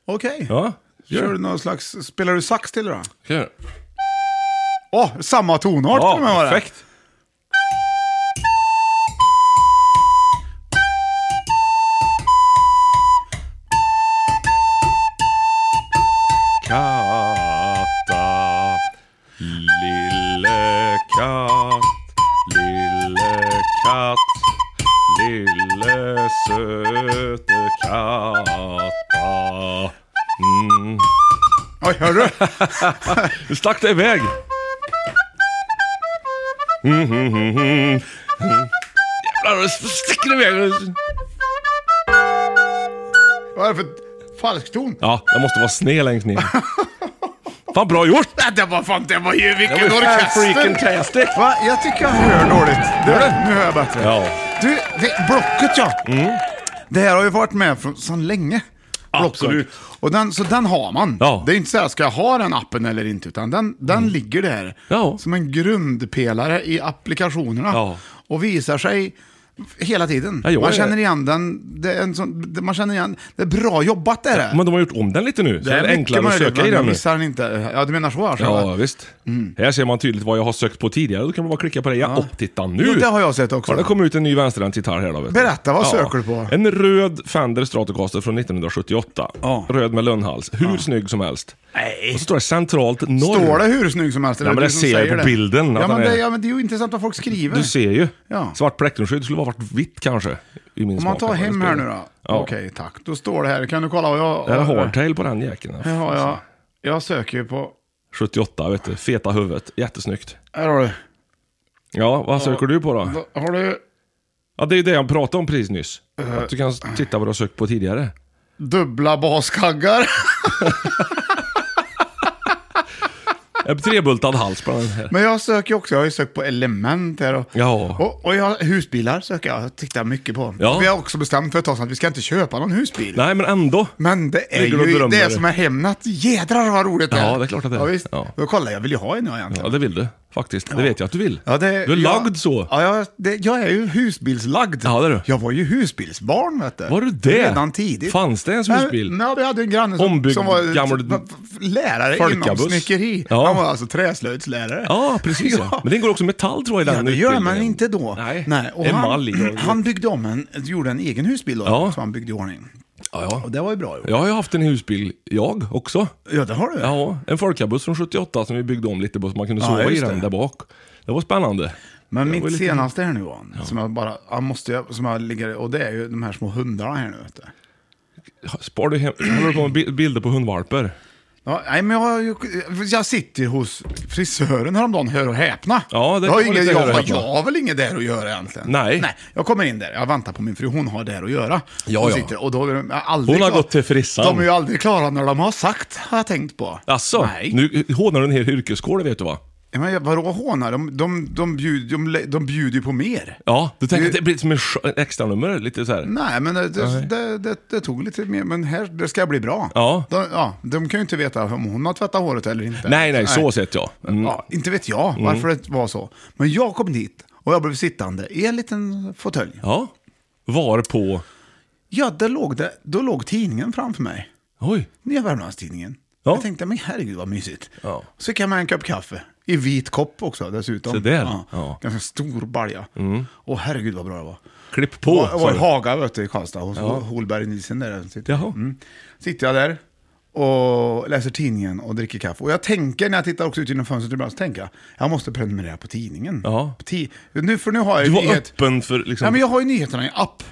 Speaker 4: Okej.
Speaker 3: Ja, gör
Speaker 4: Kör du
Speaker 3: det.
Speaker 4: någon slags... Spelar du sax till det då?
Speaker 3: Kan jag göra.
Speaker 4: Åh, samma tonart
Speaker 3: Ja,
Speaker 4: till och med var det.
Speaker 3: perfekt. Katta, lille katt, Mm.
Speaker 4: Oj, hör du?
Speaker 3: Nu stack det iväg. Mm, mm, mm, mm. Jävlar, det sticker iväg.
Speaker 4: Vad är det för falsk ton?
Speaker 3: Ja, det måste vara sned längst ner. Fan, bra gjort!
Speaker 4: Det var fan, det var ju
Speaker 3: Det var ju
Speaker 4: vilken
Speaker 3: fan freaking
Speaker 4: orkester!
Speaker 3: tastic.
Speaker 4: Va? Jag tycker jag hör dåligt. Du, nu hör jag bättre.
Speaker 3: Ja. Mm.
Speaker 4: Du, det, Blocket ja. Det här har ju varit med från, sedan länge. Blocket.
Speaker 3: Absolut.
Speaker 4: Och den, så den har man.
Speaker 3: Ja. Mm.
Speaker 4: Det är inte så här, ska jag ha den appen eller inte? Utan den, den ligger där
Speaker 3: Ja.
Speaker 4: som en grundpelare i applikationerna.
Speaker 3: Ja.
Speaker 4: Och visar sig hela tiden.
Speaker 3: Ja, jag
Speaker 4: man
Speaker 3: är-
Speaker 4: känner igen den. Det är en sån, det- man känner igen, det är bra jobbat det är det.
Speaker 3: Men de har gjort om den lite nu, så det är,
Speaker 4: mycket
Speaker 3: enklare att
Speaker 4: möjligt,
Speaker 3: söka
Speaker 4: men
Speaker 3: i
Speaker 4: jag
Speaker 3: den nu.
Speaker 4: missar Mm. den inte. Ja, du menar så alltså?
Speaker 3: Ja, visst. Här ser man tydligt vad jag har sökt på tidigare. Då kan man bara klicka på det. Ja, och titta nu!
Speaker 4: Jo, det har jag sett också.
Speaker 3: Har det kommit ut en ny vänsterhandsgitarr här då? Vet du?
Speaker 4: Berätta, vad söker du på?
Speaker 3: En röd Fender Stratocaster från 1978.
Speaker 4: Ja.
Speaker 3: Röd med lönnhals. Hur snygg som helst. Och så står det centralt norr.
Speaker 4: Står det hur snygg som helst? eller
Speaker 3: Ja, men
Speaker 4: du
Speaker 3: det
Speaker 4: som
Speaker 3: ser jag
Speaker 4: säger
Speaker 3: på bilden,
Speaker 4: Ja
Speaker 3: att
Speaker 4: men,
Speaker 3: den är-
Speaker 4: det, ja, men det är ju intressant vad folk skriver.
Speaker 3: Du ser ju.
Speaker 4: Ja.
Speaker 3: Svart plektrunskydd skulle ha varit vitt kanske. I min
Speaker 4: Om man
Speaker 3: smak,
Speaker 4: tar
Speaker 3: att
Speaker 4: hem
Speaker 3: spelar.
Speaker 4: här nu då.
Speaker 3: Ja.
Speaker 4: Okej, tack. Då står det här. Kan du kolla vad jag...
Speaker 3: Det är en hardtail på den jäkeln.
Speaker 4: Här har jag. Jag söker ju på...
Speaker 3: 78, vet du. Feta huvudet. Jättesnyggt.
Speaker 4: Här har du.
Speaker 3: Ja, vad söker du på då?
Speaker 4: Då Har du...
Speaker 3: Ja, det är ju det jag pratade om precis nyss.
Speaker 4: Eh.
Speaker 3: Att du kan titta vad du har sökt på tidigare.
Speaker 4: Dubbla baskaggar.
Speaker 3: En trebultad hals på den här.
Speaker 4: Men jag söker ju också, jag har ju sökt på element här och...
Speaker 3: Ja.
Speaker 4: Och, och jag, husbilar söker jag, jag tittar mycket på.
Speaker 3: Ja.
Speaker 4: Vi har också bestämt för ett tag sedan att vi ska inte köpa någon husbil.
Speaker 3: Nej, men ändå.
Speaker 4: Men det är
Speaker 3: Ligger och
Speaker 4: ju
Speaker 3: drömmer.
Speaker 4: det är som är Hemnet. Jädrar vad roligt det är.
Speaker 3: Ja, det är klart att det är.
Speaker 4: Ja, visst.
Speaker 3: Ja.
Speaker 4: Då kollar jag, vill ju ha en jag egentligen.
Speaker 3: Ja, det vill du. Faktiskt. Det vet jag att du vill.
Speaker 4: Ja, det,
Speaker 3: du är
Speaker 4: jag-
Speaker 3: lagd så.
Speaker 4: Ja, jag, det, jag är ju husbilslagd.
Speaker 3: Ja, det är du.
Speaker 4: Jag var ju husbilsbarn, vet du.
Speaker 3: Var du det?
Speaker 4: Redan tidigt.
Speaker 3: Fanns det ens husbil?
Speaker 4: Nej, nej, vi hade en granne som,
Speaker 3: Ombyggd
Speaker 4: som var
Speaker 3: gammal
Speaker 4: va- lärare inom
Speaker 3: folkabuss.
Speaker 4: snickeri.
Speaker 3: Ja.
Speaker 4: Han var alltså träslöjdslärare.
Speaker 3: Ja, precis. Ja. Men det går också metall tror jag i
Speaker 4: Ja,
Speaker 3: den
Speaker 4: det gör man
Speaker 3: utbildningen.
Speaker 4: inte då.
Speaker 3: Nej,
Speaker 4: och
Speaker 3: emalj.
Speaker 4: han,
Speaker 3: och-
Speaker 4: han byggde om en, gjorde en egen husbil då,
Speaker 3: Ja.
Speaker 4: som han byggde i ordning.
Speaker 3: Ja, ja.
Speaker 4: Och det var ju bra gjort.
Speaker 3: Jag har ju haft en husbil, jag också.
Speaker 4: Ja, det har du.
Speaker 3: Ja, en folkabuss från 78 som vi byggde om lite på så man kunde
Speaker 4: Ja,
Speaker 3: sova i
Speaker 4: just
Speaker 3: den
Speaker 4: det.
Speaker 3: där bak. Det var spännande.
Speaker 4: Men
Speaker 3: Det var
Speaker 4: mitt
Speaker 3: lite-
Speaker 4: senaste här nu, Johan, som jag bara, jag måste, jag- som jag ligger, och det är ju de här små hundarna här nu, vet du.
Speaker 3: Spar du hem... Håller du på med bi- bilder på hundvalpar?
Speaker 4: Ja, nej, men jag, har ju- jag sitter hos frisören häromdagen, hör och häpna.
Speaker 3: Ja, det
Speaker 4: jag, har
Speaker 3: kan vara
Speaker 4: inget,
Speaker 3: lite
Speaker 4: jag,
Speaker 3: hör och
Speaker 4: har,
Speaker 3: häpna.
Speaker 4: jag har väl inget där att göra egentligen?
Speaker 3: Nej.
Speaker 4: nej. Jag kommer in där, jag väntar på min fru, hon har där att göra.
Speaker 3: Ja,
Speaker 4: hon
Speaker 3: ja.
Speaker 4: Sitter, och då är de aldrig
Speaker 3: Hon har
Speaker 4: klara.
Speaker 3: gått till frissan.
Speaker 4: De är ju aldrig klara när de har sagt, har jag tänkt på.
Speaker 3: Alltså,
Speaker 4: Nej.
Speaker 3: nu hånar du en hel yrkeskår, det vet du va?
Speaker 4: Ja, Men, vadå hånar? De, de, de, bjud, de, lä- de bjuder ju på mer.
Speaker 3: Ja, du tänker att det blir som en sch- extra nummer lite så här.
Speaker 4: Nej, men det, det, det, det, det tog lite mer, men här, det ska bli bra.
Speaker 3: Ja.
Speaker 4: De, ja, de kan ju inte veta om hon har tvättat håret eller inte.
Speaker 3: Nej, nej, så sett jag. Mm.
Speaker 4: Ja, inte vet jag varför det var så. Men jag kom dit och jag blev sittande i en liten fåtölj.
Speaker 3: Ja. Var på...
Speaker 4: Ja, där låg det, då låg tidningen framför mig.
Speaker 3: Oj.
Speaker 4: Nya Värmlandstidningen.
Speaker 3: Ja.
Speaker 4: Jag tänkte, men herregud vad mysigt.
Speaker 3: Ja.
Speaker 4: Så fick jag med en kopp kaffe. I vit kopp också dessutom.
Speaker 3: Se där.
Speaker 4: Ja.
Speaker 3: Ja. Mm.
Speaker 4: Ganska stor balja. Och herregud vad bra det var.
Speaker 3: Klipp
Speaker 4: Det
Speaker 3: på,
Speaker 4: var- det var
Speaker 3: sa
Speaker 4: i
Speaker 3: du.
Speaker 4: Haga vet du, i Karlstad, hos Holberg Nielsen där. jag Sitter. Mm.
Speaker 3: Jaha.
Speaker 4: sitter jag där och läser tidningen och dricker kaffe. Och jag tänker, när jag tittar också ut genom fönstret ibland, så tänker jag, jag måste prenumerera på tidningen.
Speaker 3: Ja.
Speaker 4: På ti- nu, för nu har jag
Speaker 3: Du
Speaker 4: ju
Speaker 3: var
Speaker 4: nyhet-
Speaker 3: öppen för liksom... Mm.
Speaker 4: Ja, men jag har ju nyheterna i app.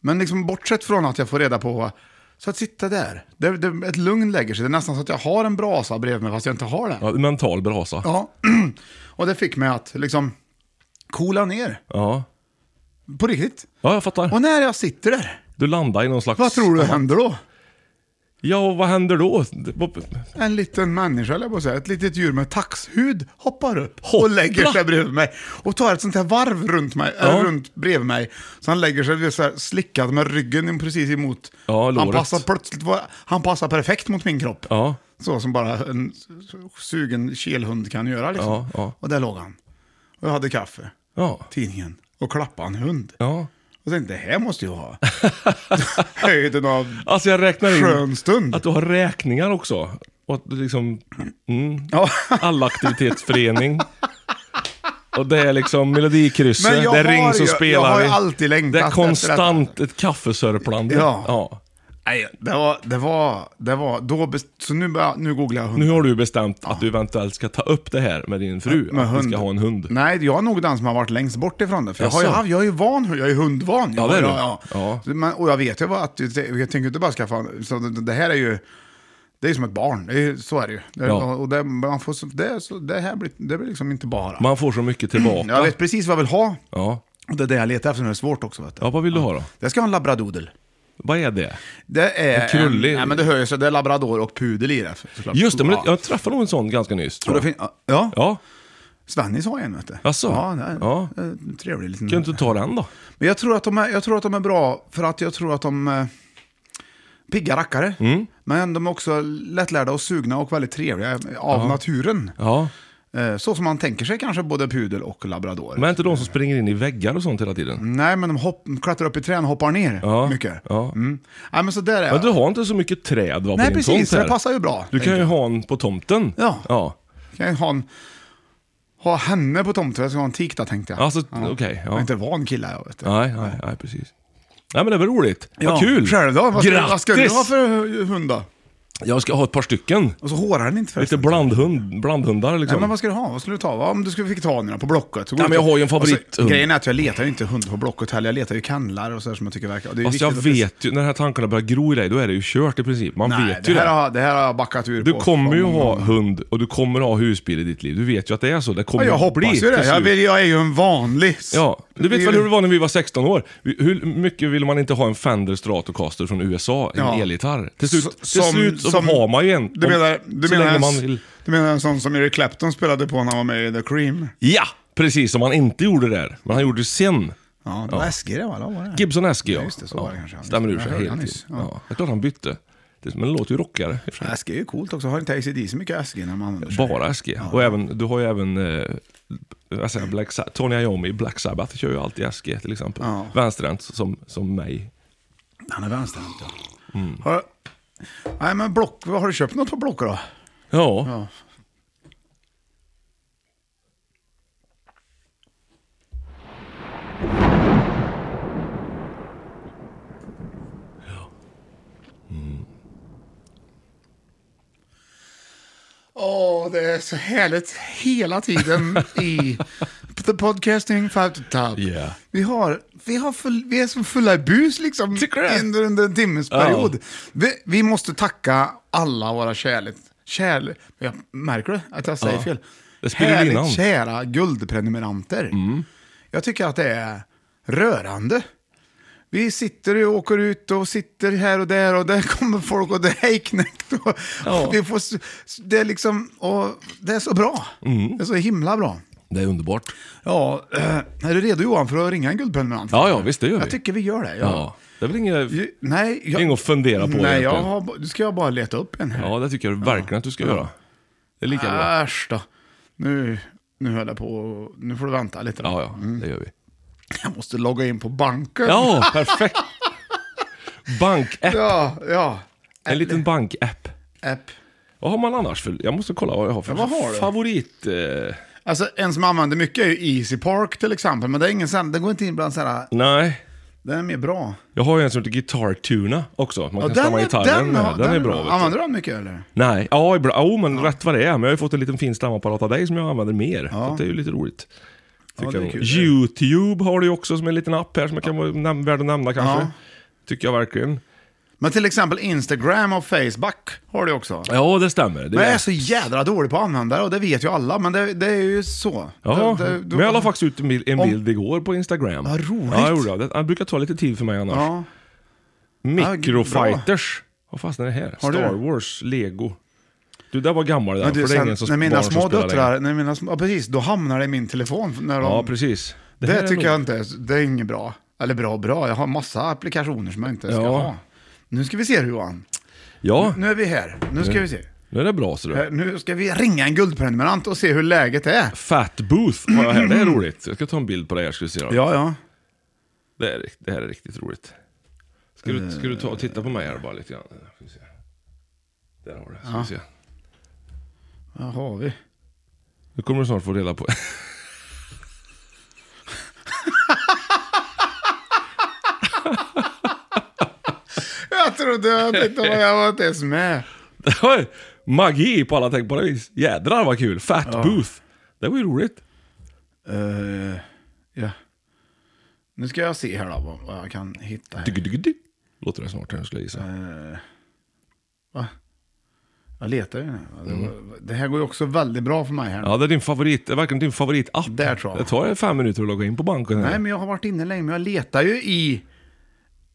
Speaker 4: Men liksom bortsett från att jag får reda på vad... Så att sitta där, det, det, ett lugn lägger sig. Det är nästan så att jag har en brasa bredvid mig fast jag inte har den.
Speaker 3: Ja, mental brasa. Ja.
Speaker 4: Ja. Och det fick mig att liksom coola ner.
Speaker 3: ja.
Speaker 4: På riktigt.
Speaker 3: jag fattar.
Speaker 4: Och när jag sitter där,
Speaker 3: Du landar i någon slags...
Speaker 4: vad tror du händer då?
Speaker 3: Ja, och vad händer då? Det- vad-
Speaker 4: En liten människa, eller jag på att säga, ett litet djur med taxhud hoppar upp
Speaker 3: Hoppla!
Speaker 4: och lägger sig bredvid mig. Och tar ett sånt här varv runt mig, eller runt bredvid mig. Så han lägger sig så här slickad med ryggen in precis emot.
Speaker 3: Ja,
Speaker 4: han,
Speaker 3: låret.
Speaker 4: passar plötsligt, var- han passar perfekt mot min kropp.
Speaker 3: Ja.
Speaker 4: Så som bara en sugen kelhund kan göra liksom.
Speaker 3: Ja, ja.
Speaker 4: Och där låg han. Och jag hade kaffe,
Speaker 3: Ja.
Speaker 4: tidningen och klappade en hund.
Speaker 3: Ja.
Speaker 4: Och tänkte, det här måste jag ha. Höjden av...
Speaker 3: Alltså jag räknar in...
Speaker 4: Skön stund.
Speaker 3: Att du har räkningar också. Och att du liksom... Mm,
Speaker 4: Ja.
Speaker 3: allaktivitetsförening. Och det är liksom melodikrysset,
Speaker 4: Men jag
Speaker 3: det är
Speaker 4: har
Speaker 3: ring
Speaker 4: ju-
Speaker 3: som
Speaker 4: jag
Speaker 3: spelar.
Speaker 4: har ju
Speaker 3: i-
Speaker 4: alltid längtat
Speaker 3: Det är
Speaker 4: efter
Speaker 3: konstant ett kaffesörplande.
Speaker 4: Ja.
Speaker 3: ja.
Speaker 4: Nej, det var, det var, det var, då best, så nu, börjar- nu googlar jag hund.
Speaker 3: Nu har du bestämt att du eventuellt ska ta upp det här med din fru.
Speaker 4: med
Speaker 3: att
Speaker 4: hund.
Speaker 3: vi ska ha en hund.
Speaker 4: Nej, jag är nog den som har varit längst bort ifrån det. För jag, har ju,
Speaker 3: Jaså?
Speaker 4: haft- jag är ju van, jag är ju hundvan.
Speaker 3: Ja, det är du.
Speaker 4: ja, ja.
Speaker 3: Ja.
Speaker 4: Så, Men, och jag vet ju bara att, jag tänker inte bara skaffa, så det det här är ju, Det är som ett barn, det är, så är det ju. Det,
Speaker 3: Ja.
Speaker 4: och det, man får, så- det, är så, det här blir, det blir liksom inte bara.
Speaker 3: Man får så mycket tillbaka.
Speaker 4: Jag vet precis vad jag vill ha.
Speaker 3: Ja.
Speaker 4: Och det är det jag letar efter när det är svårt också. Vet du.
Speaker 3: ja, vad vill du ha då?
Speaker 4: Jag ska ha en labradoodle.
Speaker 3: Vad är det?
Speaker 4: Det är...
Speaker 3: En krullig-
Speaker 4: Nej, men det hör ju sig. Det är labrador och pudel i det. Såklart.
Speaker 3: Just det, men
Speaker 4: Ja.
Speaker 3: jag träffade nog en sån ganska nyss.
Speaker 4: Och
Speaker 3: Tror
Speaker 4: då
Speaker 3: jag.
Speaker 4: fin- ja. ja.
Speaker 3: Ja,
Speaker 4: Svennis har en, vet du.
Speaker 3: Jaså?
Speaker 4: Ja, det är,
Speaker 3: Ja.
Speaker 4: det är en trevlig liten...
Speaker 3: kan du inte ta den då?
Speaker 4: Men jag tror, att de är, jag tror att de är bra för att jag tror att de är pigga rackare.
Speaker 3: Mm.
Speaker 4: Men de är också lättlärda och sugna och väldigt trevliga av naturen.
Speaker 3: Ja.
Speaker 4: Eh, Så som man tänker sig kanske både pudel och labrador.
Speaker 3: Men är inte de som springer in i väggar och sånt hela tiden?
Speaker 4: Nej, men de hopp, klättrar upp i träd och hoppar ner
Speaker 3: Ja.
Speaker 4: mycket.
Speaker 3: Ja.
Speaker 4: Mm. Nej, men så där är
Speaker 3: Men du
Speaker 4: jag.
Speaker 3: har inte så mycket träd va, på
Speaker 4: Nej,
Speaker 3: din
Speaker 4: precis,
Speaker 3: tomt
Speaker 4: så
Speaker 3: här.
Speaker 4: det passar ju bra,
Speaker 3: Du kan
Speaker 4: tänker
Speaker 3: ju ha en på tomten.
Speaker 4: Ja.
Speaker 3: ja.
Speaker 4: Kan jag ha, en, ha henne på tomten, jag ska ha en tik där tänkte jag.
Speaker 3: Alltså, okej, ja.
Speaker 4: Jag är inte van kille jag vet du.
Speaker 3: Nej, nej, nej, precis. Nej, men det är väl roligt.
Speaker 4: Ja.
Speaker 3: Vad kul!
Speaker 4: Själv då? Vad ska,
Speaker 3: Grattis!
Speaker 4: vad ska du ha för hund då?
Speaker 3: Jag ska ha ett par stycken.
Speaker 4: Och så hårar den inte
Speaker 3: Lite
Speaker 4: förresten.
Speaker 3: blandhund, blandhundar liksom.
Speaker 4: Nej, men vad ska du ha? Vad skulle du ta? Vad Om du skulle fick ta några på Blocket. Så går
Speaker 3: Ja,
Speaker 4: du
Speaker 3: men jag
Speaker 4: till-
Speaker 3: har ju en
Speaker 4: och så-
Speaker 3: favorithund.
Speaker 4: Grejen är att jag letar ju inte hundar på Blocket heller. Jag letar ju kennlar och sådär som jag tycker verkar... och Det är
Speaker 3: Fast jag
Speaker 4: viktigt att det-
Speaker 3: vet ju, när de här tankarna börjar gro i dig, då är det ju kört i princip. Man
Speaker 4: Nej,
Speaker 3: vet ju
Speaker 4: det.
Speaker 3: det.
Speaker 4: Här har, det här har jag backat ur
Speaker 3: Du
Speaker 4: på.
Speaker 3: kommer ju
Speaker 4: för många
Speaker 3: ha
Speaker 4: år.
Speaker 3: hund och du kommer ha husbil i ditt liv. Du vet ju att det är så. Det
Speaker 4: Ja,
Speaker 3: kommer
Speaker 4: jag
Speaker 3: bli
Speaker 4: hoppas ju det.
Speaker 3: till
Speaker 4: Jag,
Speaker 3: slut.
Speaker 4: vill, jag är ju en vanlig... s-
Speaker 3: Ja, du vet
Speaker 4: Det är
Speaker 3: väl
Speaker 4: ju-
Speaker 3: hur det var när vi var 16 år? Vi- Hur mycket ville man inte ha en Fender Stratocaster från USA, en
Speaker 4: Ja.
Speaker 3: elgitarr? Till slut,
Speaker 4: S-
Speaker 3: till slut så har man ju en.
Speaker 4: Du menar, du,
Speaker 3: så
Speaker 4: menar
Speaker 3: länge
Speaker 4: en,
Speaker 3: man vill.
Speaker 4: du menar en sån som Eric Clapton spelade på när han var med i The Cream?
Speaker 3: Ja, precis som han inte gjorde där. Men han gjorde det sen.
Speaker 4: Ja, det var SG det va? Eller vad var det?
Speaker 3: Gibson Esky, ja.
Speaker 4: just det, så var det kanske.
Speaker 3: Stämmer ur
Speaker 4: Jag
Speaker 3: sig
Speaker 4: hörde
Speaker 3: helt
Speaker 4: han
Speaker 3: nyss.
Speaker 4: nyss,
Speaker 3: Ja.
Speaker 4: ja.
Speaker 3: det är klart han bytte. Det- Men det låter ju rockigare. i och för sig.
Speaker 4: SG är ju coolt också. Har inte ACDC mycket SG när man använder sig?
Speaker 3: Bara SG. Och även, du har ju även eh, vad säger jag, Black Sa- Tony Iommi i Black Sabbath kör ju alltid SG till exempel.
Speaker 4: Ja.
Speaker 3: Vänsterhänt som, som mig.
Speaker 4: Han är vänsterhänt ja.
Speaker 3: Mm.
Speaker 4: Har, nej men Block, har du köpt något på Block då?
Speaker 3: Ja.
Speaker 4: Ja. Åh, det är så härligt hela tiden i The Podcasting 5 to Top.
Speaker 3: Yeah.
Speaker 4: Vi, har, vi, har full, vi är som fulla i bus liksom
Speaker 3: Tycker du det?
Speaker 4: under, under en timmes period. Vi, vi måste tacka alla våra kärligt, kärl, jag märker du att jag säger fel?
Speaker 3: Det spiller
Speaker 4: Härligt
Speaker 3: innan.
Speaker 4: kära guldprenumeranter.
Speaker 3: Mm.
Speaker 4: Jag tycker att det är rörande. Vi sitter och åker ut och sitter här och där och där kommer folk och det är knäckt. Och vi får, s- s- det, är liksom, och det är så bra.
Speaker 3: Mm.
Speaker 4: Det är så himla bra.
Speaker 3: Det är underbart.
Speaker 4: Ja, eh, är du redo Johan för att ringa en guldprenumerant?
Speaker 3: Ja, ja, visst, det gör vi.
Speaker 4: Jag tycker vi gör det.
Speaker 3: Ja.
Speaker 4: Ja.
Speaker 3: Det är väl inget...
Speaker 4: Ju- Nej, jag,
Speaker 3: Inget att fundera på
Speaker 4: Nej, jag
Speaker 3: egentligen.
Speaker 4: har, ba- nu ska jag bara leta upp en här.
Speaker 3: Ja, det tycker jag verkligen att du ska göra. Det är lika bra.
Speaker 4: Äsch då. Nu, nu höll jag på Nu får du vänta lite. då.
Speaker 3: Ja, ja, det gör vi.
Speaker 4: Jag måste logga in på banken.
Speaker 3: Ja, perfekt! Bankapp.
Speaker 4: ja. ja.
Speaker 3: En liten bankapp.
Speaker 4: App.
Speaker 3: Vad har man annars för... Jag måste kolla vad jag har för
Speaker 4: Ja, vad har du?
Speaker 3: favorit... Eh,
Speaker 4: Alltså en som använder mycket är ju Easy Park till exempel, men det är ingen sån, den går inte in bland sådana,
Speaker 3: nej.
Speaker 4: den är mer bra.
Speaker 3: Jag har ju en som heter Guitar Tuna också. Man kan
Speaker 4: den,
Speaker 3: stämma
Speaker 4: är-
Speaker 3: gitarren med. Den, är bra. vet du.
Speaker 4: Använder du den mycket eller?
Speaker 3: Nej, ja, ibland, oh, men rätt vad det är. Men jag har ju fått en liten fin stämapparat av dig som jag använder mer. Så att det är ju lite roligt. Tycker
Speaker 4: det är
Speaker 3: jag.
Speaker 4: kul.
Speaker 3: Youtube har du ju också som en liten app här som jag kan vara näm- värd att nämna kanske. Tycker jag verkligen.
Speaker 4: Men till exempel Instagram och Facebook har du också.
Speaker 3: Ja, det stämmer. Det
Speaker 4: Men jag
Speaker 3: är,
Speaker 4: är så jävla dålig på användare och det vet ju alla, men det, det är ju så.
Speaker 3: ja,
Speaker 4: det, det,
Speaker 3: men jag la faktiskt ut en bild, en
Speaker 4: Om-
Speaker 3: bild igår på Instagram.
Speaker 4: Vad roligt.
Speaker 3: Ja, jag gjorde det. Det brukar ta lite tid för mig annars.
Speaker 4: Ja.
Speaker 3: Microfighters. Vad fastnade det här?
Speaker 4: Har du
Speaker 3: Star
Speaker 4: det?
Speaker 3: Wars, Lego. Du, det var gammal där,
Speaker 4: Men du,
Speaker 3: för det är
Speaker 4: sen,
Speaker 3: ingen som
Speaker 4: när mina
Speaker 3: barn
Speaker 4: små
Speaker 3: som spelar längre.
Speaker 4: döttrar, när mina, små- ja, precis, då hamnar det i min telefon. När de,
Speaker 3: Ja, precis.
Speaker 4: Det,
Speaker 3: här är
Speaker 4: tycker
Speaker 3: nog-
Speaker 4: jag inte, är- det är inget bra. Eller bra och bra, jag har massa applikationer som jag inte ska
Speaker 3: Ja.
Speaker 4: ha. Nu ska vi se Johan.
Speaker 3: Ja,
Speaker 4: Nu är vi här. Nu ska vi se.
Speaker 3: nu är det bra ser du.
Speaker 4: Eh, Nu ska vi ringa en guldprenumerant och se hur läget är.
Speaker 3: Fat Booth har jag här, det är roligt. Jag ska ta en bild på det här ska vi se. då.
Speaker 4: Ja, ja.
Speaker 3: Det, är, rikt- det här är riktigt roligt. Ska du, ska du ta och titta på mig här bara lite grann? Ska vi se. Där har du, ska vi se.
Speaker 4: Vad har vi?
Speaker 3: Nu kommer du snart få reda på...
Speaker 4: Jag trodde att inte vad jag var inte ens med.
Speaker 3: Oj, Magi på alla tänkbara vis. Jädrar vad kul. Fat Booth. Det var ju roligt.
Speaker 4: Eh, ja. Nu ska jag se här då vad- vad jag kan hitta. Här.
Speaker 3: Digg, digg, digg. Låter det snart här, skulle jag gissa.
Speaker 4: Va? Jag letar ju nu. Det, var- det här går ju också väldigt bra för mig här. nu.
Speaker 3: Mm. Ja, det är din favorit. Det är verkligen din favoritapp.
Speaker 4: Där tror jag.
Speaker 3: Det tar ju fem minuter att logga in på banken. här.
Speaker 4: Nej, men jag har varit inne länge, men jag letar ju i...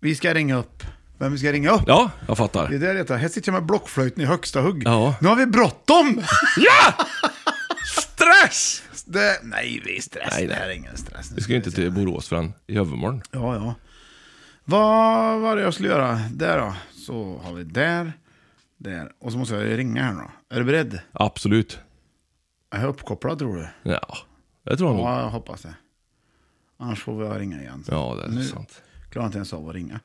Speaker 4: Vi ska ringa upp. Vem vi ska ringa upp?
Speaker 3: Ja, jag
Speaker 4: Det är
Speaker 3: fattar.
Speaker 4: det jag letar. Här sitter jag med blockflöjten i högsta hugg.
Speaker 3: Ja.
Speaker 4: Nu har vi bråttom!
Speaker 3: Ja! Stress!
Speaker 4: Det, nej, vi är stress.
Speaker 3: Nej,
Speaker 4: det här är
Speaker 3: nej.
Speaker 4: ingen stress.
Speaker 3: Vi ska ju inte till Borås förrän i övermorgon.
Speaker 4: Ja, ja. Vad var det jag skulle göra? Där då. Så har vi där. Där. Och så måste jag ringa här nu då. Är du beredd?
Speaker 3: Absolut.
Speaker 4: Jag är uppkopplad tror du.
Speaker 3: Ja, det tror jag nog.
Speaker 4: Ja, jag hoppas det. Annars får jag ringa igen.
Speaker 3: Ja, det är
Speaker 4: nu
Speaker 3: sant.
Speaker 4: klarar jag inte ens av att ringa.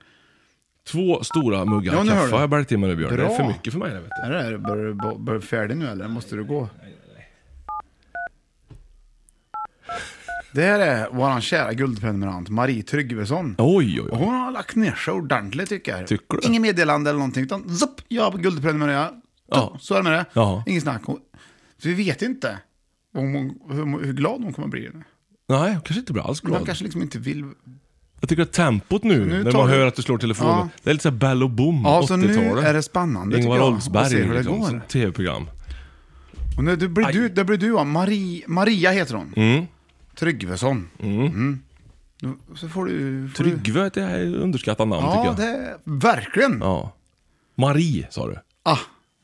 Speaker 3: Två stora muggar
Speaker 4: Ja, nu hör
Speaker 3: kaffe
Speaker 4: du.
Speaker 3: har jag bärt i mig nu, Björn. Det är
Speaker 4: Bra.
Speaker 3: för mycket för mig, det vet du.
Speaker 4: Är det här, bör, du bo- bör, du färdig nu eller måste du gå? Det här är vår kära guldprenumerant Marie Tryggvesson.
Speaker 3: Oj, oj,
Speaker 4: Och
Speaker 3: oj.
Speaker 4: Hon har lagt ner sig ordentligt tycker jag.
Speaker 3: Tycker du?
Speaker 4: Inget meddelande eller någonting, utan zopp, jag har guldprenumererat. Zopp,
Speaker 3: Ja.
Speaker 4: Så är det med det.
Speaker 3: Jaha.
Speaker 4: Inget snack. Hon, så vi vet inte om hon, hur, hur glad hon kommer bli.
Speaker 3: Nej, jag kanske inte blir alls
Speaker 4: Hon
Speaker 3: glad.
Speaker 4: kanske liksom inte vill...
Speaker 3: Jag tycker att tempot nu, när
Speaker 4: tar
Speaker 3: man
Speaker 4: du-
Speaker 3: hör att du slår telefonen,
Speaker 4: Ja.
Speaker 3: det är lite såhär bell och boom,
Speaker 4: Ja, så
Speaker 3: 80-talet.
Speaker 4: nu är det spännande, tycker
Speaker 3: Ingvar
Speaker 4: jag,
Speaker 3: Oldsberg,
Speaker 4: att se hur det
Speaker 3: liksom,
Speaker 4: går.
Speaker 3: som tv-program.
Speaker 4: Och nu, det, blir du, det blir du av. Marie, Maria heter hon.
Speaker 3: Mm.
Speaker 4: Tryggvesson. Mm. Nu- Så får du... Får du
Speaker 3: Tryggve är ett eh, underskattat namn, tycker
Speaker 4: ja,
Speaker 3: jag.
Speaker 4: det är, verkligen.
Speaker 3: Ja. Marie, sa du.
Speaker 4: Ah,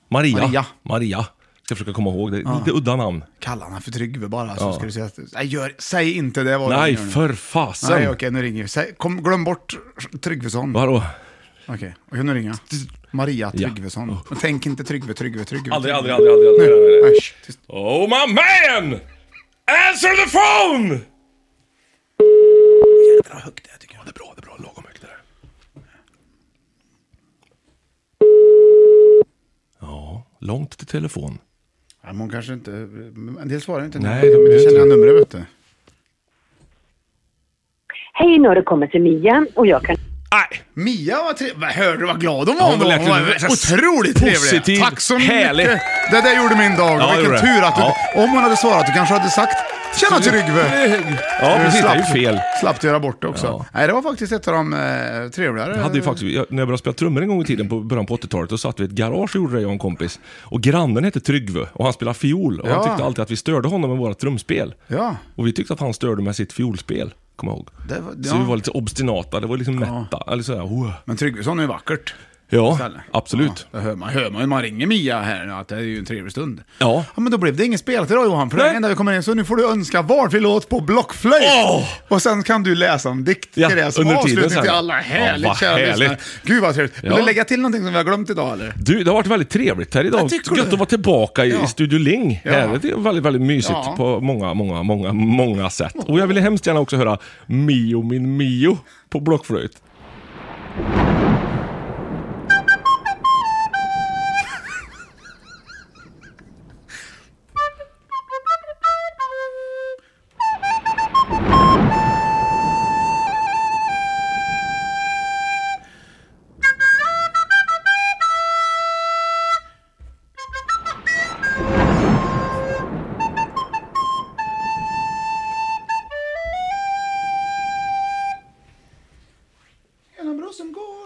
Speaker 3: Maria.
Speaker 4: Maria.
Speaker 3: Maria. Ska försöka komma ihåg det. är Lite udda namn.
Speaker 4: kalla henne för Tryggve bara, så
Speaker 3: Ja.
Speaker 4: ska du säga att... Nej, gör, säg inte det. Vad
Speaker 3: Nej,
Speaker 4: du gör nu.
Speaker 3: för fasen.
Speaker 4: Nej, okej, nu ringer vi. Säg, kom, glöm bort Tryggvesson.
Speaker 3: Vadå?
Speaker 4: Okej, okej, nu ringer jag. Maria Tryggvesson.
Speaker 3: Ja. Oh.
Speaker 4: Men tänk inte Tryggve, Tryggve, Tryggve.
Speaker 3: Aldrig,
Speaker 4: Tryggve.
Speaker 3: aldrig, aldrig, aldrig. aldrig, aldrig, aldrig.
Speaker 4: Äsch, tyst.
Speaker 3: Oh my man! Answer the phone! Bra högt det tycker jag. Det är bra, det är bra. Lagom högt det där. Ja, långt till telefon.
Speaker 4: Ja, men hon kanske inte... En del svarar inte.
Speaker 3: Nej, de
Speaker 4: men
Speaker 3: vet
Speaker 4: det känner jag
Speaker 3: inte.
Speaker 4: numret, vet du.
Speaker 7: Hej, nu har det kommit till Mia och jag kan...
Speaker 3: Nej!
Speaker 4: Mia, vad trevlig. Hörde du vad glad hon var? Hon,
Speaker 3: var
Speaker 4: hon var
Speaker 3: verkligen
Speaker 4: otroligt
Speaker 3: positiv,
Speaker 4: trevlig. Tack så
Speaker 3: härlig.
Speaker 4: mycket. Det där gjorde min dag.
Speaker 3: Ja, det
Speaker 4: Vilken
Speaker 3: gjorde
Speaker 4: tur
Speaker 3: det.
Speaker 4: att du...
Speaker 3: Ja.
Speaker 4: Om hon hade svarat, du kanske hade sagt Tjena Tryggve.
Speaker 3: Ja,
Speaker 4: Du
Speaker 3: precis. Det är ju
Speaker 4: slapp-
Speaker 3: fel.
Speaker 4: Slapp göra bort det också.
Speaker 3: Ja.
Speaker 4: Nej, det var faktiskt ett av de eh, trevligare.
Speaker 3: Jag hade ju faktiskt, jag, när jag började spela trummor en gång i tiden på början på 80-talet, då satt vi i ett garage och gjorde det jag och en kompis. Och grannen hette Tryggve och han spelade fiol. Och
Speaker 4: Ja.
Speaker 3: han tyckte alltid att vi störde honom med våra trumspel.
Speaker 4: Ja.
Speaker 3: Och vi tyckte att han störde med sitt fiolspel, kommer jag ihåg.
Speaker 4: Det var-
Speaker 3: Så
Speaker 4: ja.
Speaker 3: vi var lite obstinata, det var liksom mätta. Eller sådär, oh.
Speaker 4: Men Tryggvesson är ju vackert.
Speaker 3: Ja,
Speaker 4: Ställe.
Speaker 3: absolut.
Speaker 4: Ja, det hör man, hör man ju när man ringer Mia här nu att det är ju en trevlig stund.
Speaker 3: Ja.
Speaker 4: ja men då blev det inget spel idag Johan, för det
Speaker 3: Nej.
Speaker 4: enda vi kommer in så nu får du önska valfri låt på blockflöjt.
Speaker 3: Åh!
Speaker 4: Och sen kan du läsa en dikt till
Speaker 3: Ja,
Speaker 4: det som
Speaker 3: under tiden
Speaker 4: avslutning
Speaker 3: sen.
Speaker 4: till alla härligt
Speaker 3: Ja, vad
Speaker 4: kära
Speaker 3: härligt.
Speaker 4: lyssnare. Gud vad trevligt. Vill
Speaker 3: Ja.
Speaker 4: du lägga till någonting som vi har glömt idag eller?
Speaker 3: Du, det har varit väldigt trevligt här
Speaker 4: Jag
Speaker 3: idag.
Speaker 4: tycker
Speaker 3: Gött
Speaker 4: det.
Speaker 3: att vara tillbaka i,
Speaker 4: Ja.
Speaker 3: i Studio Ling.
Speaker 4: Ja.
Speaker 3: Här. Det är väldigt, väldigt mysigt
Speaker 4: Ja.
Speaker 3: på många, många, många, många sätt. Och jag ville hemskt gärna också höra Mio min Mio på blockflöjt.
Speaker 4: Genom brusen går...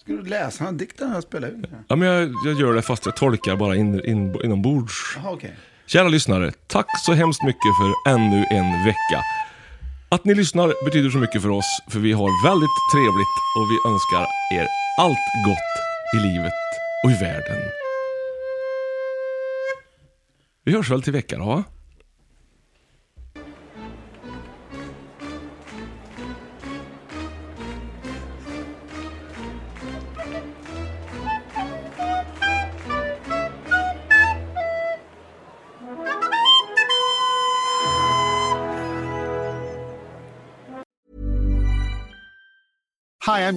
Speaker 4: Ska du läsa en dikt när jag spelar ut?
Speaker 3: Ja, men jag, jag gör det fast jag tolkar bara in, in, inombords.
Speaker 4: Jaha okej.
Speaker 3: Kära lyssnare, tack så hemskt mycket för ännu en vecka. Att ni lyssnar betyder så mycket för oss, för vi har väldigt trevligt och vi önskar er allt gott i livet och i världen. Vi hörs väl till veckan, då, va?
Speaker 8: Hi, I'm